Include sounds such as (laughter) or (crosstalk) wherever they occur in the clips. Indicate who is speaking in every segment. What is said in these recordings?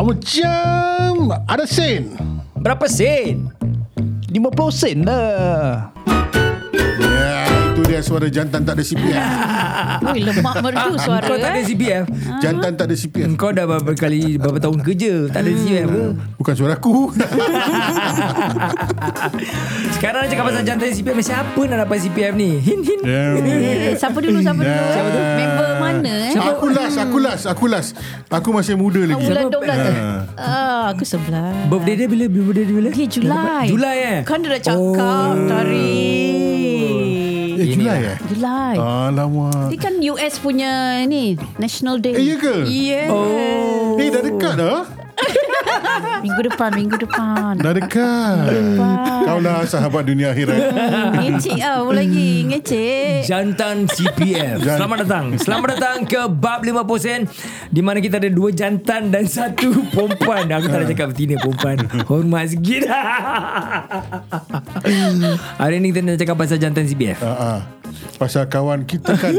Speaker 1: Macam ada sen.
Speaker 2: Berapa sen? 50 sen lah.
Speaker 1: Ya, itu dia suara jantan tak ada CPF.
Speaker 3: Ui, lemak
Speaker 1: Ah,
Speaker 3: merdu suara
Speaker 4: Kau tak ada
Speaker 3: eh.
Speaker 4: CPF
Speaker 1: Jantan tak ada CPF.
Speaker 4: Kau dah berapa kali Berapa tahun kerja Tak ada CPF ke
Speaker 1: Hmm. Bukan suara aku.
Speaker 4: (laughs) Sekarang nak cakap pasal jantan CPF Macam apa nak dapat CPF ni Hin hin
Speaker 3: Eh, siapa dulu, siapa dulu?
Speaker 1: Siapa tu?
Speaker 3: Member mana eh?
Speaker 1: Aku las, aku las, aku las. Aku masih muda
Speaker 3: Kau
Speaker 1: lagi.
Speaker 3: bulan 12 ke?
Speaker 1: Ah.
Speaker 3: Ah, aku sebelah.
Speaker 4: Birthday dia bila Birthday dia bila
Speaker 3: Dia Julai.
Speaker 4: Julai eh
Speaker 3: Kan dia dah cakap
Speaker 4: Oh.
Speaker 3: tarikh.
Speaker 1: Eh, Julai eh?
Speaker 3: Julai.
Speaker 1: Alamak.
Speaker 3: Dia kan US punya ni National Day.
Speaker 1: Eh, ya ke?
Speaker 3: Yeah.
Speaker 4: Oh
Speaker 1: Eh, dah dekat dah.
Speaker 3: Minggu depan, minggu depan.
Speaker 1: Dah dekat. Kaulah lah sahabat dunia (laughs) akhirat.
Speaker 3: Ngecek ah, apa lagi? Ngecek.
Speaker 4: Jantan CPF
Speaker 1: Jan-
Speaker 4: Selamat datang Selamat datang ke Bab 50 Sen Di mana kita ada dua jantan Dan satu perempuan Aku tak nak cakap betina perempuan Hormat
Speaker 1: (laughs)
Speaker 4: sikit Hari ni kita nak cakap pasal jantan CPF
Speaker 1: Ah, ah. Pasal kawan kita kan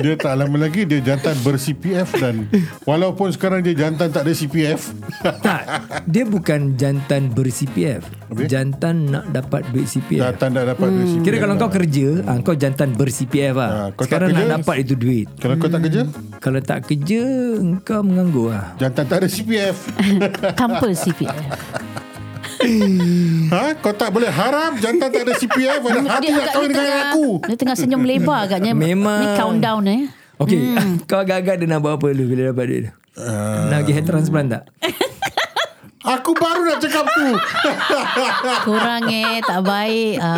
Speaker 1: Dia tak lama lagi Dia jantan ber-CPF Dan walaupun sekarang dia jantan tak ada (laughs) CPF
Speaker 4: Tak Dia bukan jantan ber-CPF
Speaker 1: Habis?
Speaker 4: Jantan nak dapat duit CPF
Speaker 1: Jantan tak dapat hmm. CPF
Speaker 4: Kira kalau kau kerja ah, Kau jantan ber-CPF lah
Speaker 1: Ah, kau tak
Speaker 4: Sekarang
Speaker 1: kerja,
Speaker 4: nak dapat itu duit
Speaker 1: Kalau kau tak kerja
Speaker 4: Kalau tak kerja Kau menganggur lah
Speaker 1: Jantan tak ada CPF (laughs)
Speaker 3: Kampus CPF.
Speaker 1: Ha? Kau tak boleh harap Jantan tak ada CPF Ada hati nak kahwin dengan aku
Speaker 3: Dia tengah senyum lebar agaknya
Speaker 4: Memang.
Speaker 3: Ni countdown eh
Speaker 4: Okay hmm. (laughs) Kau agak-agak dia nak buat apa dulu Bila dapat duit tu uh. Nak pergi hair transplant tak?
Speaker 1: Aku baru nak cakap tu
Speaker 3: Kurang eh Tak baik ah.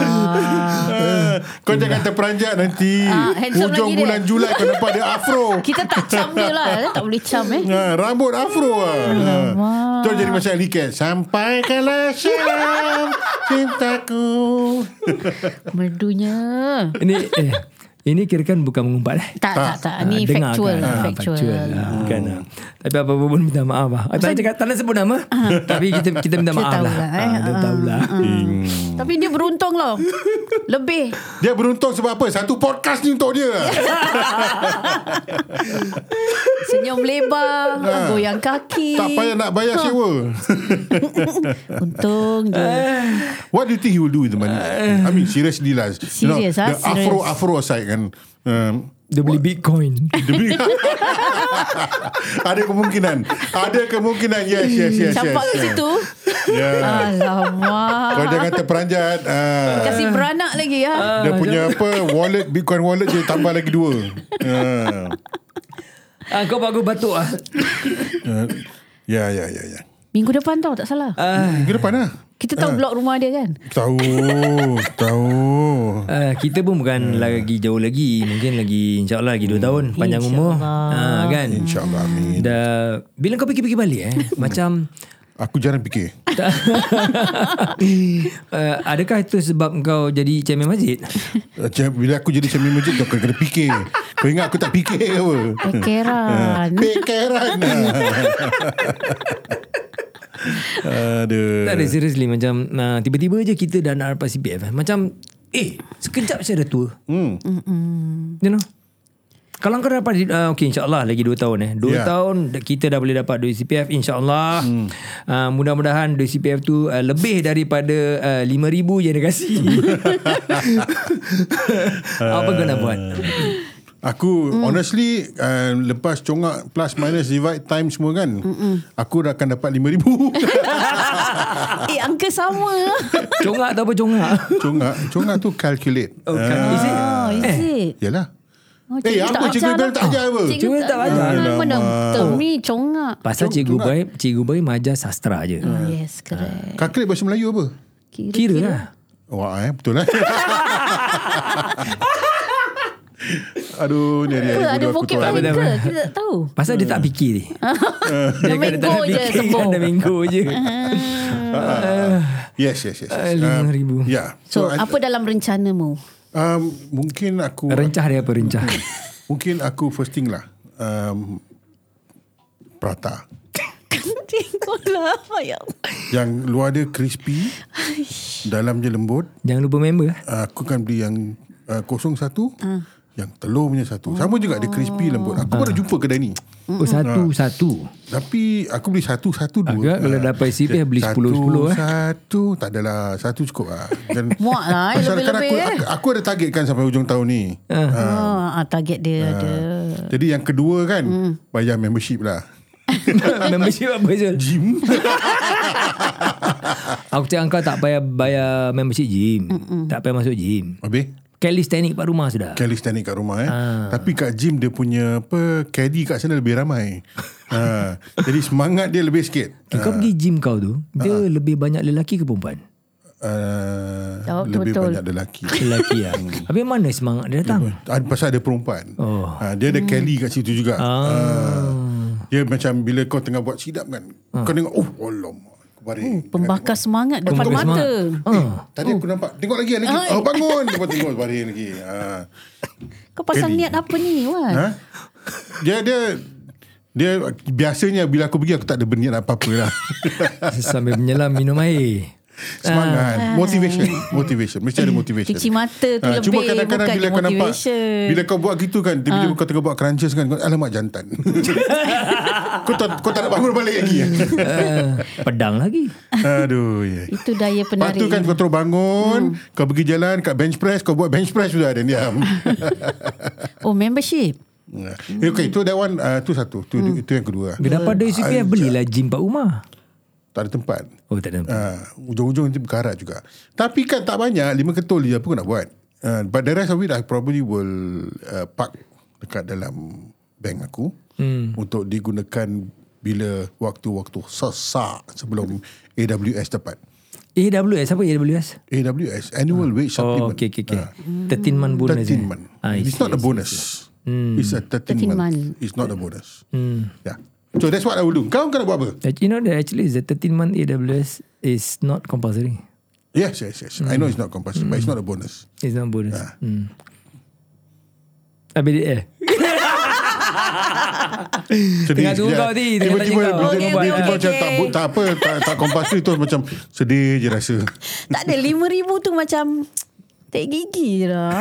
Speaker 1: Ah, Kau jangan terperanjat nanti
Speaker 3: Ah, handsome
Speaker 1: Hujung
Speaker 3: lagi dia.
Speaker 1: bulan Julai Kau dapat dia afro
Speaker 3: (laughs) Kita tak cam dia lah Tak boleh cam eh
Speaker 1: Ha, rambut afro lah. Ha.
Speaker 3: Alamak.
Speaker 1: Terus jadi macam Alikat. Sampaikanlah syam cintaku.
Speaker 3: Merdunya
Speaker 4: Ini eh, Ini kira kan bukan mengumpat eh
Speaker 3: Tak tak tak Ni
Speaker 4: Ah, dengar
Speaker 3: factual
Speaker 4: Ah,
Speaker 3: Factual, Hmm.
Speaker 4: ah, bukan, ah. Tapi apa-apa pun minta maaf lah ah, Tak nak cakap Tak nak sebut nama (laughs) Tapi kita kita minta
Speaker 3: Ah. Dia
Speaker 4: maaf
Speaker 3: tahu
Speaker 4: lah
Speaker 3: lah, eh.
Speaker 4: Ah, Dia tahulah
Speaker 3: Tapi dia beruntung loh (laughs) Lebih
Speaker 1: Dia beruntung sebab apa? Satu podcast ni untuk dia.
Speaker 3: Ya. Senyum lebar
Speaker 1: Ah.
Speaker 3: Goyang kaki
Speaker 1: tak payah nak bayar sewa.
Speaker 3: Untung
Speaker 1: Ah,
Speaker 3: je
Speaker 1: What do you think he will do with the money? I mean seriously lah. you know,
Speaker 3: Eh. Serious, ah,
Speaker 1: the afro
Speaker 3: serious.
Speaker 1: afro aside kan. Um,
Speaker 4: (laughs) Dia beli bitcoin
Speaker 1: the big- ada kemungkinan. Ada kemungkinan. Yes, yes, yes.
Speaker 3: Campak
Speaker 1: yes, yes.
Speaker 3: ke
Speaker 1: Ya. Ah.
Speaker 3: situ
Speaker 1: Yeah. Kau
Speaker 3: Alamak
Speaker 1: jangan terperanjat. Ah.
Speaker 3: Kasih beranak lagi ya
Speaker 1: Dia punya apa wallet Bitcoin wallet dia tambah lagi dua. Ah.
Speaker 4: ah, Kau bagus batuk lah
Speaker 1: Uh, ya, ya, ya, ya.
Speaker 3: Minggu depan tau tak salah
Speaker 4: ah,
Speaker 1: Minggu depan lah.
Speaker 3: Kita tahu blok rumah dia kan
Speaker 1: Tahu, tahu.
Speaker 4: ah, Kita pun bukan lagi jauh lagi Mungkin lagi InsyaAllah lagi 2 tahun Panjang umur ah, Kan
Speaker 1: InsyaAllah, amin.
Speaker 4: Dah Bila kau fikir-fikir balik
Speaker 3: (laughs)
Speaker 4: eh Macam
Speaker 1: Aku jarang fikir.
Speaker 4: Tak. uh, adakah itu sebab kau jadi chairman masjid?
Speaker 1: Macam Bila aku jadi cermin masjid, kau kena fikir. Kau ingat aku tak fikir ke apa?
Speaker 3: Keran (laughs)
Speaker 1: Fikiran. Aduh.
Speaker 4: tak ada seriously macam uh, tiba-tiba je kita dah nak dapat CPF. eh. Macam eh sekejap saya dah tua.
Speaker 1: Hmm.
Speaker 4: You know? Kalau kau dapat uh, Okay insyaAllah Lagi 2 tahun eh 2
Speaker 1: Ya.
Speaker 4: yeah. tahun dah- Kita dah boleh dapat Duit CPF InsyaAllah hmm. uh, Mudah-mudahan Duit CPF tu uh, Lebih daripada uh, 5,000 yang dia kasi Apa kau nak buat
Speaker 1: Aku
Speaker 3: Hmm.
Speaker 1: honestly uh, lepas congak plus minus divide time semua kan aku dah akan dapat
Speaker 3: (laughs)
Speaker 1: 5000. Ah.
Speaker 3: Eh angka sama
Speaker 1: Eh.
Speaker 4: Congak atau apa congak
Speaker 1: congak congak tu calculate.
Speaker 4: Oh, kan. Is it?
Speaker 3: Oh is it
Speaker 1: Yalah.
Speaker 3: Oh,
Speaker 1: Eh, apa Cikgu Bel tak ajar Oh. apa?
Speaker 4: Cikgu tak ajar.
Speaker 3: Mana Termi congak Ah.
Speaker 4: Pasal cikgu baik Cikgu baik majar sastra je
Speaker 3: Yes correct
Speaker 1: Calculate bahasa Melayu apa?
Speaker 4: Kira lah
Speaker 1: Wah, eh, betul
Speaker 3: (laughs)
Speaker 1: lah. Aduh, ni dia.
Speaker 3: Apa ada
Speaker 1: bodoh aku eh.
Speaker 3: vocab
Speaker 1: tolak.
Speaker 3: lain
Speaker 4: Tak
Speaker 3: ke
Speaker 4: boleh.
Speaker 3: Kita tak tahu
Speaker 4: Pasal dia tak fikir ni
Speaker 3: Hmm. Ah,
Speaker 4: (laughs)
Speaker 3: Dia minggu je Hmm.
Speaker 4: kan Dah
Speaker 3: sembung
Speaker 4: minggu
Speaker 3: (laughs)
Speaker 4: je
Speaker 1: Yes, yes, yes. yes.
Speaker 4: Ah,
Speaker 1: Um,
Speaker 4: 5,000.
Speaker 1: yeah.
Speaker 3: So
Speaker 1: I-
Speaker 3: apa dalam (laughs) rencanamu
Speaker 1: um, mungkin aku
Speaker 4: Rencah dia apa rencah
Speaker 1: mungkin aku first thing lah. Um, prata.
Speaker 3: Kanting kau lah Ya Allah.
Speaker 1: Yang luar dia crispy, dalam je lembut.
Speaker 4: Jangan lupa member eh.
Speaker 1: Aku kan beli yang
Speaker 4: Ah.
Speaker 3: Hmm. Oh.
Speaker 1: uh, 01 yang telur punya satu. Sama juga dia crispy lembut. Aku baru jumpa kedai ni.
Speaker 3: Hmm.
Speaker 4: Oh, satu, satu. (laughs)
Speaker 1: Tapi aku beli satu Satu dua
Speaker 4: Agak kalau dapat CPF, beli
Speaker 1: Satu,
Speaker 4: 10-10, eh.
Speaker 1: Satu Tak adalah Satu cukup lah Dan
Speaker 3: (laughs) Muak lah, eh,
Speaker 1: pasal kan
Speaker 3: lebih-lebih,
Speaker 1: aku,
Speaker 3: eh.
Speaker 1: aku, aku ada targetkan Sampai ujung tahun ni ha.
Speaker 3: Oh, ah, target dia ada.
Speaker 1: Jadi yang kedua kan
Speaker 3: Hmm.
Speaker 1: Bayar membership lah
Speaker 4: membership apa Zul?
Speaker 3: (laughs)
Speaker 1: Gym
Speaker 4: Aku cakap kau tak payah bayar membership gym. Mm-mm. Tak payah masuk gym.
Speaker 1: Habis
Speaker 4: Calisthenic kat rumah sudah.
Speaker 1: Calisthenic kat rumah eh. Tapi kat gym dia punya apa caddy kat sana lebih ramai. ha. Jadi semangat dia lebih sikit.
Speaker 4: Okay, kau pergi gym kau tu, dia lebih banyak lelaki ke perempuan?
Speaker 1: Uh,
Speaker 3: Jawab
Speaker 1: lebih
Speaker 3: betul.
Speaker 1: banyak lelaki.
Speaker 4: Lelaki lah. Habis mana semangat dia datang?
Speaker 1: (laughs) Ada pasal ada perempuan.
Speaker 4: Oh.
Speaker 1: Ha, dia ada hmm. Kelly kat situ juga. Ah. Ha. Dia macam bila kau tengah buat sidap kan.
Speaker 4: Ah.
Speaker 1: Kau tengok oh alamak. Aku baring.
Speaker 3: Pembakar semangat depan
Speaker 4: Pembakar
Speaker 3: mata.
Speaker 4: Oh,
Speaker 1: Eh,
Speaker 4: ah.
Speaker 1: tadi aku nampak Tengok lagi ada lagi
Speaker 3: Hai.
Speaker 1: Oh bangun Lepas tengok baring lagi ha.
Speaker 3: Kau pasang
Speaker 1: Jadi.
Speaker 3: niat apa ni, Wan?
Speaker 1: ha? Dia dia dia biasanya bila aku pergi aku tak ada berniat apa-apa lah.
Speaker 4: (laughs) Sambil menyelam minum air.
Speaker 1: Semangat Motivation Motivation Mesti ada motivation
Speaker 3: Ah. Cuci mata tu
Speaker 1: Ah,
Speaker 3: lebih,
Speaker 1: Cuma kadang-kadang
Speaker 3: bukannya
Speaker 1: bila kau nampak
Speaker 3: motivation. Ah.
Speaker 1: Bila kau buat gitu kan Bila kau tengah buat crunches kan kau, Alamak
Speaker 3: (laughs)
Speaker 1: jantan kau, tak, kau tak nak bangun balik lagi
Speaker 4: Uh, pedang lagi.
Speaker 1: Aduh ya.
Speaker 3: Itu daya
Speaker 1: Lepas
Speaker 3: penarik.
Speaker 1: tu kan kau terus bangun hmm. Kau pergi jalan Kat bench press Kau buat bench press sudah Dan
Speaker 3: (laughs)
Speaker 1: diam (laughs)
Speaker 3: Oh, membership.
Speaker 1: Eh, Okay tu that one uh, Tu satu tu,
Speaker 3: Hmm.
Speaker 1: Itu yang kedua
Speaker 4: Kenapa ada CPF belilah gym kat rumah?
Speaker 1: Tak ada tempat
Speaker 4: Oh tak ada.
Speaker 1: uh, Ujung-ujung nanti berkarat juga Tapi kan tak banyak Lima ketul je Apa kau nak buat uh, But the rest of it I probably will uh, Park Dekat dalam Bank aku hmm. Untuk digunakan Bila Waktu-waktu Sesak Sebelum AWS dapat
Speaker 4: AWS apa AWS?
Speaker 1: AWS Annual Wage
Speaker 4: Oh
Speaker 1: Supplement
Speaker 4: okey okey okey. 13 man bonus.
Speaker 1: 13
Speaker 4: eh?
Speaker 1: month
Speaker 4: I
Speaker 1: Ah. It's
Speaker 4: see,
Speaker 1: not a
Speaker 4: I see. Hmm.
Speaker 1: bonus It's a 13,
Speaker 3: 13
Speaker 1: month.
Speaker 3: month.
Speaker 1: It's not a bonus Yeah So that's what I will do Kau kena buat apa?
Speaker 4: That- You know that actually the 13 month AWS is not compulsory.
Speaker 1: Yes yes yes I know it's not compulsory But it's not a bonus
Speaker 4: It's not bonus.
Speaker 1: Ah.
Speaker 4: Hmm. Habis dia eh.
Speaker 1: Sedih
Speaker 4: Tengah tunggu
Speaker 1: sekejap.
Speaker 4: kau tadi, tengah
Speaker 1: Tiba-tiba
Speaker 4: tanya kau.
Speaker 1: Tiba-tiba
Speaker 3: Okey,
Speaker 1: tiba-tiba
Speaker 3: okey,
Speaker 1: macam
Speaker 3: okey.
Speaker 1: tak, bu- tak apa Tak, tak compulsory Terus macam Sedih je rasa
Speaker 3: Tak ada RM5,000 tu macam Tak gigi lah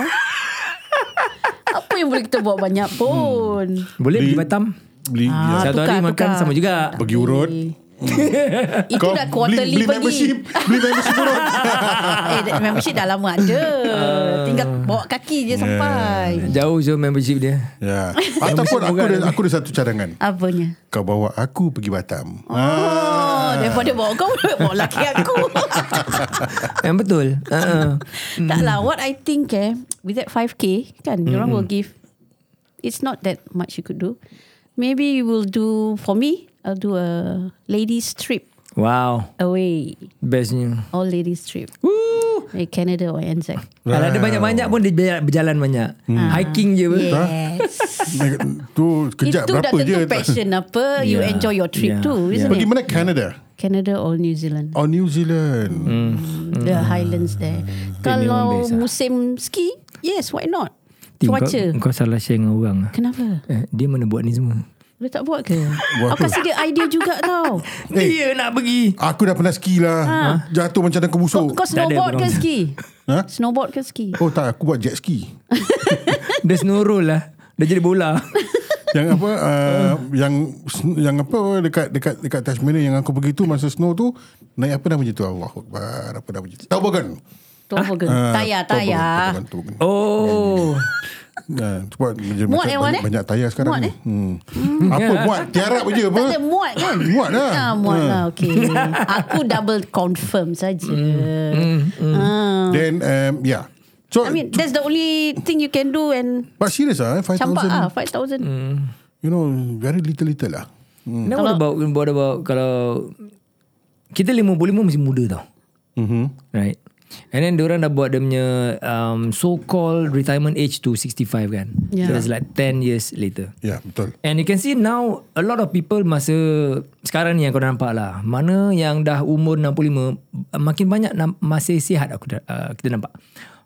Speaker 3: Apa yang boleh kita buat banyak
Speaker 1: Hmm.
Speaker 3: pun
Speaker 4: Boleh pergi
Speaker 1: Beli-
Speaker 4: Batam?
Speaker 1: Beli
Speaker 3: Ah,
Speaker 1: ya.
Speaker 4: Satu hari
Speaker 3: tukar,
Speaker 4: makan
Speaker 3: tukar.
Speaker 4: sama juga.
Speaker 1: Pergi urut
Speaker 3: Itu
Speaker 1: Kau
Speaker 3: dah quarterly
Speaker 1: beli, beli membership Beli membership urut
Speaker 3: (laughs) eh, dah- membership dah lama ada Tinggal
Speaker 1: Ah.
Speaker 3: bawa kaki je sampai
Speaker 4: Jauh je membership dia.
Speaker 1: Ya Ataupun aku ada, aku ada satu cadangan
Speaker 3: Apanya?
Speaker 1: Kau bawa aku pergi Batam Ah.
Speaker 4: Ah.
Speaker 3: Oh, daripada bawa kau Bawa
Speaker 4: (laughs)
Speaker 3: laki aku
Speaker 4: Yang betul. Uh-uh.
Speaker 3: Tak lah What I think eh With that 5k Kan mm. orang
Speaker 4: Hmm.
Speaker 3: will give It's not that much you could do Maybe you will do For me I'll do a Ladies trip
Speaker 4: Wow.
Speaker 3: away
Speaker 4: Bestnya.
Speaker 3: all ladies trip
Speaker 4: Woo.
Speaker 3: eh, Canada or NZ
Speaker 4: Kalau ada banyak-banyak pun dia berja- berjalan banyak.
Speaker 1: Hmm.
Speaker 4: Hiking je. Yeah.
Speaker 3: Ah.
Speaker 4: (laughs)
Speaker 3: yes
Speaker 1: Ah, Tu kejap
Speaker 3: itu dah
Speaker 1: berapa je
Speaker 3: tentu
Speaker 1: tak-
Speaker 3: passion apa you
Speaker 4: Yeah.
Speaker 3: enjoy your trip
Speaker 4: Yeah.
Speaker 3: too isn't
Speaker 1: Pergi
Speaker 3: it
Speaker 1: mana Canada
Speaker 3: Canada or New Zealand Mm.
Speaker 1: Oh New Zealand
Speaker 3: the highlands there
Speaker 4: memang
Speaker 3: kalau
Speaker 4: best lah.
Speaker 3: musim ski yes why not
Speaker 4: Tim,
Speaker 3: cuaca
Speaker 4: Kau, kau salah share dengan orang. lah.
Speaker 3: kenapa
Speaker 4: Eh, dia mana buat ni semua?
Speaker 3: boleh tak buat ke
Speaker 1: (laughs) Buat
Speaker 3: aku
Speaker 1: apa?
Speaker 3: kasih dia idea juga
Speaker 1: (laughs)
Speaker 3: tau
Speaker 1: Eh.
Speaker 4: Dia nak pergi.
Speaker 1: Aku dah pernah ski lah Jatuh macam dalam
Speaker 3: Oh, kau,
Speaker 1: kebusuk
Speaker 3: Ah. kau snowboard ke
Speaker 4: bukan.
Speaker 3: ski
Speaker 1: Ha?
Speaker 3: snowboard ke ski
Speaker 1: Oh tak aku buat jet ski
Speaker 4: Dia snow roll lah. Dia jadi bola.
Speaker 1: yang apa uh, yang yang apa dekat dekat dekat Tasmania yang aku pergi tu masa snow tu naik apa nama je tu Allahu akbar apa nama je tu toboggan
Speaker 3: Toboggan
Speaker 1: Ah,
Speaker 3: Ah, tayar tayar
Speaker 1: toboggan toboggan
Speaker 4: Oh.
Speaker 1: nah, Ah, sebab macam,
Speaker 3: Muat eh, Wan,
Speaker 1: banyak,
Speaker 3: eh?
Speaker 1: banyak tayar sekarang
Speaker 3: Muat,
Speaker 1: ni.
Speaker 3: eh?
Speaker 1: hmm. apa muat tiarap je apa
Speaker 3: Tak ada muat kan
Speaker 1: Muat lah.
Speaker 3: ah, Muat lah okay
Speaker 1: (laughs)
Speaker 3: Aku double confirm saja.
Speaker 4: Hmm.
Speaker 3: mm, Ah.
Speaker 1: then um, yeah so
Speaker 3: I mean that's the only thing you can do And
Speaker 1: but serious ah
Speaker 3: campak ah
Speaker 1: 5000
Speaker 3: 5,000
Speaker 4: Hmm.
Speaker 1: you know very little little lah
Speaker 4: Now Hmm. what about, what about kalau kita lima puluh lima masih muda tau.
Speaker 1: mm-hmm.
Speaker 4: Right. And then diorang dah buat dia punya um, so-called retirement age to 65 kan.
Speaker 3: Yeah.
Speaker 4: So it's like 10 years later.
Speaker 1: yeah Ya, betul
Speaker 4: And you can see now a lot of people masa sekarang ni yang kau dah nampak lah. Mana yang dah umur 65 uh, makin banyak nam- masih sihat aku dah, uh, kita nampak.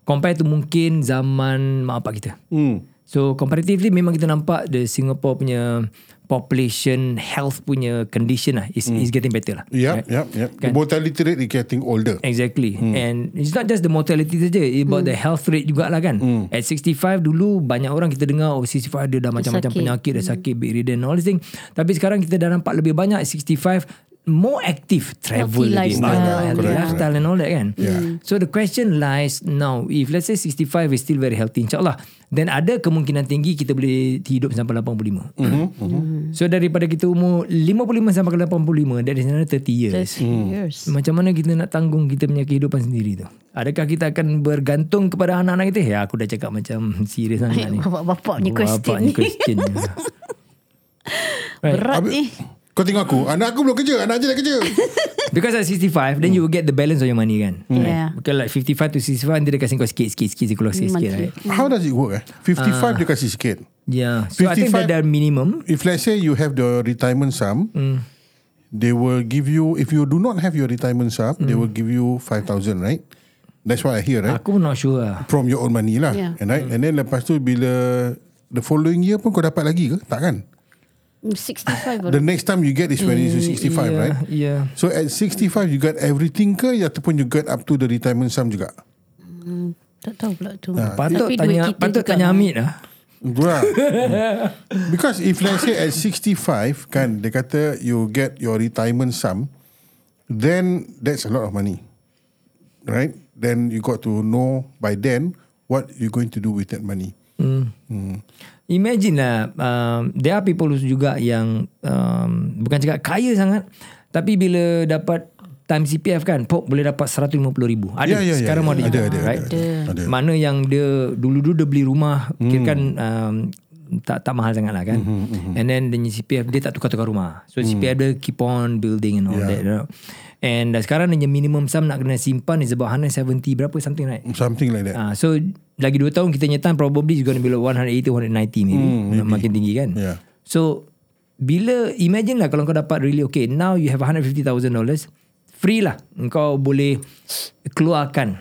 Speaker 4: Compare tu mungkin zaman mak bapak kita.
Speaker 1: hmm.
Speaker 4: So comparatively memang kita nampak the Singapore punya population health punya condition lah is, mm. is getting better lah.
Speaker 1: Yep, yep, yep. The mortality rate is getting older.
Speaker 4: Exactly. Hmm. And it's not just the mortality saja, it's about the health rate jugalah kan. Hmm. At 65 dulu banyak orang kita dengar oh 65 dia dah macam-macam
Speaker 3: sakit.
Speaker 4: penyakit, dah sakit, bedridden all this thing. Tapi sekarang kita dah nampak lebih banyak 65 more active travel
Speaker 3: Healthy
Speaker 4: lebih
Speaker 3: lifestyle.
Speaker 4: banyak healthy
Speaker 1: Correct,
Speaker 4: lifestyle and all that kan
Speaker 1: Yeah.
Speaker 4: so the question lies now if let's say 65 is still very healthy insyaAllah then ada kemungkinan tinggi kita boleh hidup sampai 85 mm-hmm. so daripada kita umur 55 sampai ke 85 that is another 30 years
Speaker 3: Just years.
Speaker 4: macam mana kita nak tanggung kita punya kehidupan sendiri tu? Adakah kita akan bergantung kepada anak-anak kita? Ya, aku dah cakap macam serius sangat ni.
Speaker 3: Bapak-bapak ni question
Speaker 4: Bapak
Speaker 3: ni.
Speaker 4: question. ya.
Speaker 3: (laughs)
Speaker 1: Hmm.
Speaker 4: Right.
Speaker 3: Berat ni.
Speaker 1: Kau tengok aku, anak aku belum kerja, anak je dah kerja.
Speaker 4: Because at 65, then you will get the balance of your money kan?
Speaker 3: Hmm.
Speaker 4: Right?
Speaker 3: Yeah.
Speaker 4: Bukan like 55 to 65, nanti dia kasi kau sikit-sikit, sikit, dia keluar sikit-sikit,
Speaker 3: Monthly.
Speaker 4: right?
Speaker 1: How does it work eh? 55 uh, dia kasih sikit.
Speaker 4: Yeah. So, 55, I think
Speaker 1: 55
Speaker 4: that the minimum.
Speaker 1: If let's say you have the retirement sum, mm.
Speaker 3: Hmm.
Speaker 1: they will give you, if you do not have your retirement sum, mm. they
Speaker 3: Hmm.
Speaker 1: will give you 5,000, right? That's what I hear, right?
Speaker 4: Aku pun not sure lah.
Speaker 1: From your own money lah.
Speaker 3: Ah. Yeah. Hmm.
Speaker 1: And, right? and then lepas tu bila the following year pun kau dapat lagi ke? Tak kan?
Speaker 3: Mm, 65
Speaker 1: The
Speaker 3: baru.
Speaker 1: next time you get is when you
Speaker 3: Hmm,
Speaker 1: 65,
Speaker 4: yeah,
Speaker 1: right?
Speaker 4: yeah.
Speaker 1: So at 65 you got everything ke ataupun you got up to the retirement sum juga?
Speaker 3: Tak tahu pula tu.
Speaker 1: Ah.
Speaker 4: Patut
Speaker 3: Tapi duit
Speaker 4: tanya,
Speaker 3: kita kan,
Speaker 4: patut
Speaker 3: juga
Speaker 4: tanya Amit lah.
Speaker 1: Right. (laughs) Because if let's say at 65 kan dia kata you get your retirement sum then that's a lot of money. Right? Then you got to know by then what you going to do with that money.
Speaker 4: Imagine lah um, There are people juga yang um, Bukan cakap kaya sangat Tapi bila dapat Time CPF kan Pok boleh dapat RM150,000 Ada
Speaker 1: Ya, ya, ya,
Speaker 4: Sekarang
Speaker 1: ya.
Speaker 4: ada
Speaker 1: Ada,
Speaker 4: juga,
Speaker 1: ada, ada,
Speaker 4: right?
Speaker 1: ada, ada.
Speaker 4: Mana yang dia Dulu-dulu dia beli rumah hmm. Kira kan um, tak, tak mahal sangat lah kan
Speaker 1: Hmm,
Speaker 4: mm-hmm, mm-hmm. And then the CPF Dia tak tukar-tukar rumah So CPF dia keep on building And
Speaker 1: Ya.
Speaker 4: all yeah. that you know? And uh, sekarang dia punya minimum sum Nak kena simpan Is about 170 Berapa something right
Speaker 1: Something like that.
Speaker 4: Ah, so lagi 2 tahun kita nyetan probably is going to be like 180 190 maybe. Mm, maybe. Makin tinggi kan.
Speaker 1: Hmm, Yeah.
Speaker 4: So bila imagine lah kalau kau dapat really okay now you have 150,000 dollars free lah kau boleh keluarkan.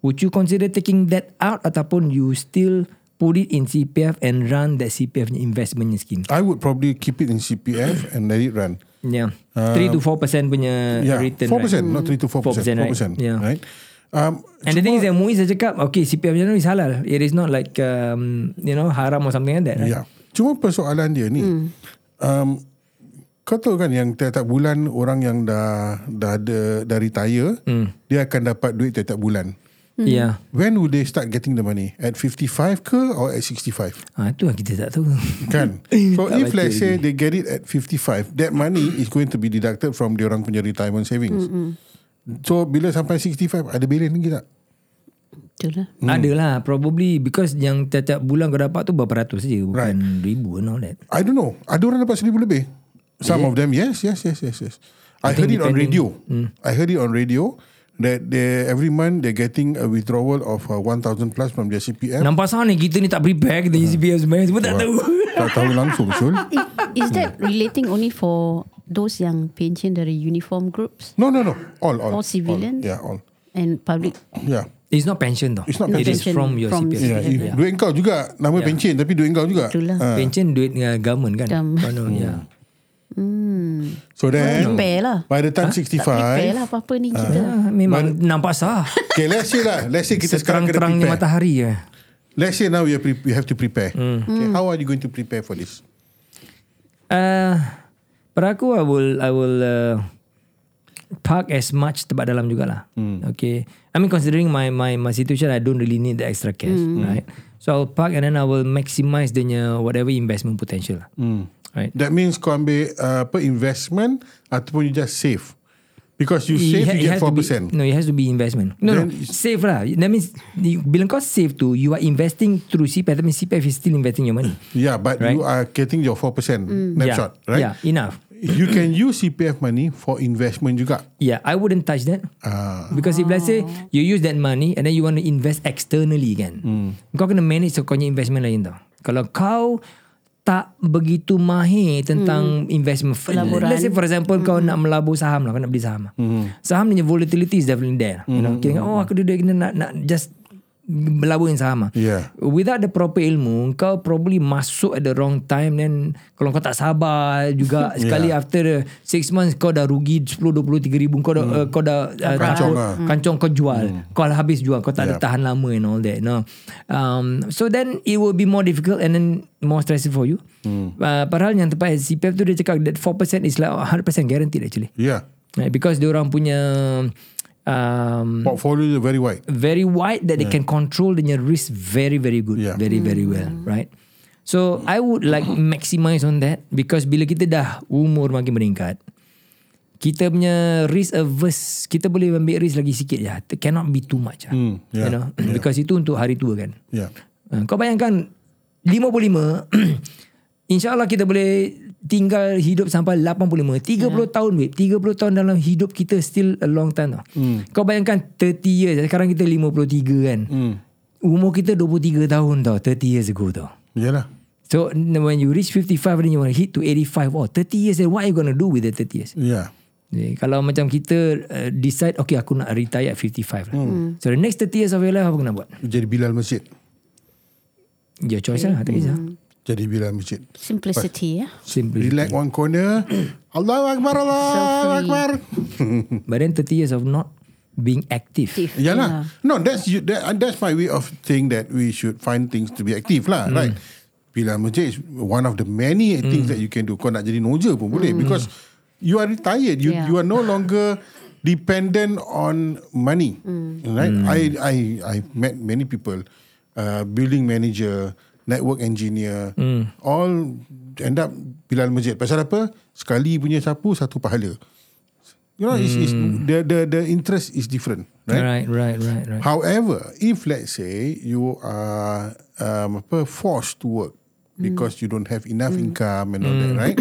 Speaker 4: Would you consider taking that out ataupun you still put it in CPF and run that CPF punya investment punya scheme?
Speaker 1: I would probably keep it in CPF and let it run.
Speaker 4: Yeah. 3 to 4%
Speaker 1: Uh,
Speaker 4: punya
Speaker 1: Yeah,
Speaker 4: return.
Speaker 1: 4%,
Speaker 4: Right?
Speaker 1: not 3 to 4%. 4%,
Speaker 4: 4%, right? Yeah.
Speaker 1: right? Um,
Speaker 4: And the thing is that MUIS dah cakap Okay CPF macam tu is halal It is not like um, You know haram or something like that
Speaker 1: Ya.
Speaker 4: right?
Speaker 1: Cuma persoalan dia ni. Hmm. Um, kau tahu kan yang tiap-tiap bulan orang yang dah dah ada dah retire, hmm. dia akan dapat duit tiap-tiap bulan.
Speaker 4: Yeah
Speaker 1: When will they start getting the money? At 55 ke or at 65?
Speaker 4: ha, Itu yang kita tak tahu (laughs)
Speaker 1: Kan? So
Speaker 4: Tak
Speaker 1: if
Speaker 4: baca
Speaker 1: let's say they get it at 55, that money is going to be deducted from diorang punya retirement savings. Mm-hmm. So bila sampai 65 ada bilion lagi tak?
Speaker 3: Itulah.
Speaker 4: hmm. Adalah Probably Because yang tiap-tiap bulan kau dapat tu Berapa ratus je Bukan
Speaker 1: Right.
Speaker 4: ribu and all that
Speaker 1: I don't know. Ada orang dapat seribu lebih. Some of them, yes, yes, yes, yes, yes. I, heard it on radio.
Speaker 4: Hmm.
Speaker 1: I heard it on radio that they, every month they're getting a withdrawal of uh, 1,000 plus from their CPF.
Speaker 4: Nampak sangat ni Kita ni tak prepare Kita
Speaker 1: Ah.
Speaker 4: ni CPF semua Semua tak tahu (laughs)
Speaker 1: tak tahu langsung, Syul.
Speaker 3: Is that relating only for those yang pension dari uniform groups
Speaker 1: No, no, no. All, all.
Speaker 3: All civilian?
Speaker 1: All. Yeah, all.
Speaker 3: and public?
Speaker 1: Yeah.
Speaker 4: It's not pension tau
Speaker 1: It's not
Speaker 4: It is
Speaker 3: pension.
Speaker 4: from your
Speaker 3: From
Speaker 4: CPF
Speaker 1: Yeah, if
Speaker 4: yeah.
Speaker 1: duit kau juga nama yeah. pencen tapi duit kau juga.
Speaker 3: Itulah.
Speaker 1: Ah,
Speaker 4: Pension duit dengan government kan
Speaker 3: Government.
Speaker 4: Mana, yeah.
Speaker 1: so then
Speaker 3: Prepare lah.
Speaker 1: by the time
Speaker 3: Tak prepare
Speaker 1: 65
Speaker 3: lah apa-apa ni kita.
Speaker 4: Ah, Memang nampak sah
Speaker 1: okay let's say lah let's say Hmm. (laughs) kita sekarang kena
Speaker 4: Seterang-terangnya
Speaker 1: prepare
Speaker 4: matahari Hmm. ya.
Speaker 1: let's say now you have, pre- you have to prepare okay,
Speaker 3: Hmm.
Speaker 1: how are you going to prepare for this
Speaker 4: Uh, pada aku I will I will uh, park as much tempat dalam jugalah. Hmm. Okay. I mean considering my my my situation I don't really need the extra cash, hmm. right? So I'll park and then I will maximize the uh, whatever investment potential lah. Hmm. Right.
Speaker 1: That means kau ambil uh, apa investment ataupun you just save. Because you
Speaker 4: It
Speaker 1: save,
Speaker 4: ha-
Speaker 1: you get
Speaker 4: it has
Speaker 1: 4%.
Speaker 4: to Be, no, it has to be investment. No,
Speaker 1: Then
Speaker 4: no,
Speaker 1: it's-
Speaker 4: save lah. That means you, bila kau save tu, you are investing through CPF. That means CPF is still investing your money.
Speaker 1: Yeah, but
Speaker 4: Right.
Speaker 1: you are getting your 4% snapshot,
Speaker 4: yeah.
Speaker 1: right?
Speaker 4: Yeah, enough.
Speaker 1: You can use CPF money for investment juga.
Speaker 4: Yeah, I wouldn't touch that.
Speaker 1: Ah,
Speaker 4: Because if let's say you use that money and then you want to invest externally kan. Hmm. Kau kena manage kau punya investment lain tau. Kalau kau tak begitu mahir tentang hmm. investment. For-
Speaker 3: Pelaburan.
Speaker 4: Let's say for example hmm. kau nak melabur saham lah. Kau nak beli saham lah. Hmm. Saham punya volatility is definitely there. Hmm. You know? Kira, oh aku duduk kena nak, nak just berlabuh in saham lah.
Speaker 1: Yeah.
Speaker 4: Without the proper ilmu, kau probably masuk at the wrong time then kalau kau tak sabar
Speaker 1: (laughs)
Speaker 4: juga sekali after the 6 months kau dah rugi 10 20 30 ribu kau dah
Speaker 1: Hmm.
Speaker 4: uh, kau dah uh,
Speaker 1: Kancong lah.
Speaker 4: kancong kau jual. Kau dah habis jual, kau tak ada
Speaker 1: Yeah.
Speaker 4: tahan lama and all that. No. Um so then it will be more difficult and then more stressful for you. Uh, padahal yang tempat CPF tu dia cakap that 4% is like 100% guaranteed actually.
Speaker 1: Yeah.
Speaker 4: Right, because dia orang punya um,
Speaker 1: Portfolio is very wide.
Speaker 4: very wide that they can control dia punya risk very very good,
Speaker 1: Yeah.
Speaker 4: very very well, right? So I would
Speaker 1: (coughs)
Speaker 4: like maximize on that because bila kita dah umur makin meningkat, kita punya risk averse, kita boleh ambil risk lagi sikit ya. It cannot be too much. lah.
Speaker 1: Hmm, yeah,
Speaker 4: You know, because itu untuk hari tua kan.
Speaker 1: Yeah.
Speaker 4: Ha, Kau bayangkan 55 (clears throat) InsyaAllah kita boleh Tinggal hidup sampai 85 30 tahun babe 30 tahun dalam hidup kita Still a long time tau Kau bayangkan 30 years Sekarang kita 53 kan Umur kita 23 tahun tau 30 years ago tau
Speaker 1: Yalah.
Speaker 4: So n- when you reach 55 Then you want to hit to 85 Oh 30 years Then what are you going to do with the 30 years
Speaker 1: Yeah.
Speaker 4: Jadi, Kalau macam kita uh, Decide Okay aku nak retire at 55 lah So the next 30 years of your life Apa kau nak buat
Speaker 1: Jadi Bilal Masjid.
Speaker 4: Your choice lah Tak kisah
Speaker 1: Jadi Bilal Masjid.
Speaker 3: Simplicity, eh. yeah.
Speaker 4: Simple
Speaker 1: Relax one
Speaker 4: (coughs)
Speaker 1: corner. Allahu Akbar, Allahu
Speaker 3: free.
Speaker 1: Akbar.
Speaker 4: But then 30 years of not being active.
Speaker 3: Active. Ah.
Speaker 1: Yalah. No, that's you, that, and that's my way of saying that we should find things to be active lah, right? Bilal Masjid is one of the many things that you can do. Kau nak jadi noja pun boleh because you are retired. You
Speaker 3: Hmm. Yeah.
Speaker 1: you are no longer dependent on money,
Speaker 3: Hmm.
Speaker 1: right? I I I met many people, uh, building manager, network engineer, all end up Bilal Masjid. Pasal apa? Sekali punya sapu satu pahala. You know, it's, it's, the the the interest is different, right?
Speaker 4: Right, right, right, right.
Speaker 1: However, if let's say you are um, apa, forced to work because you don't have enough
Speaker 4: Mm.
Speaker 1: income and all that, right?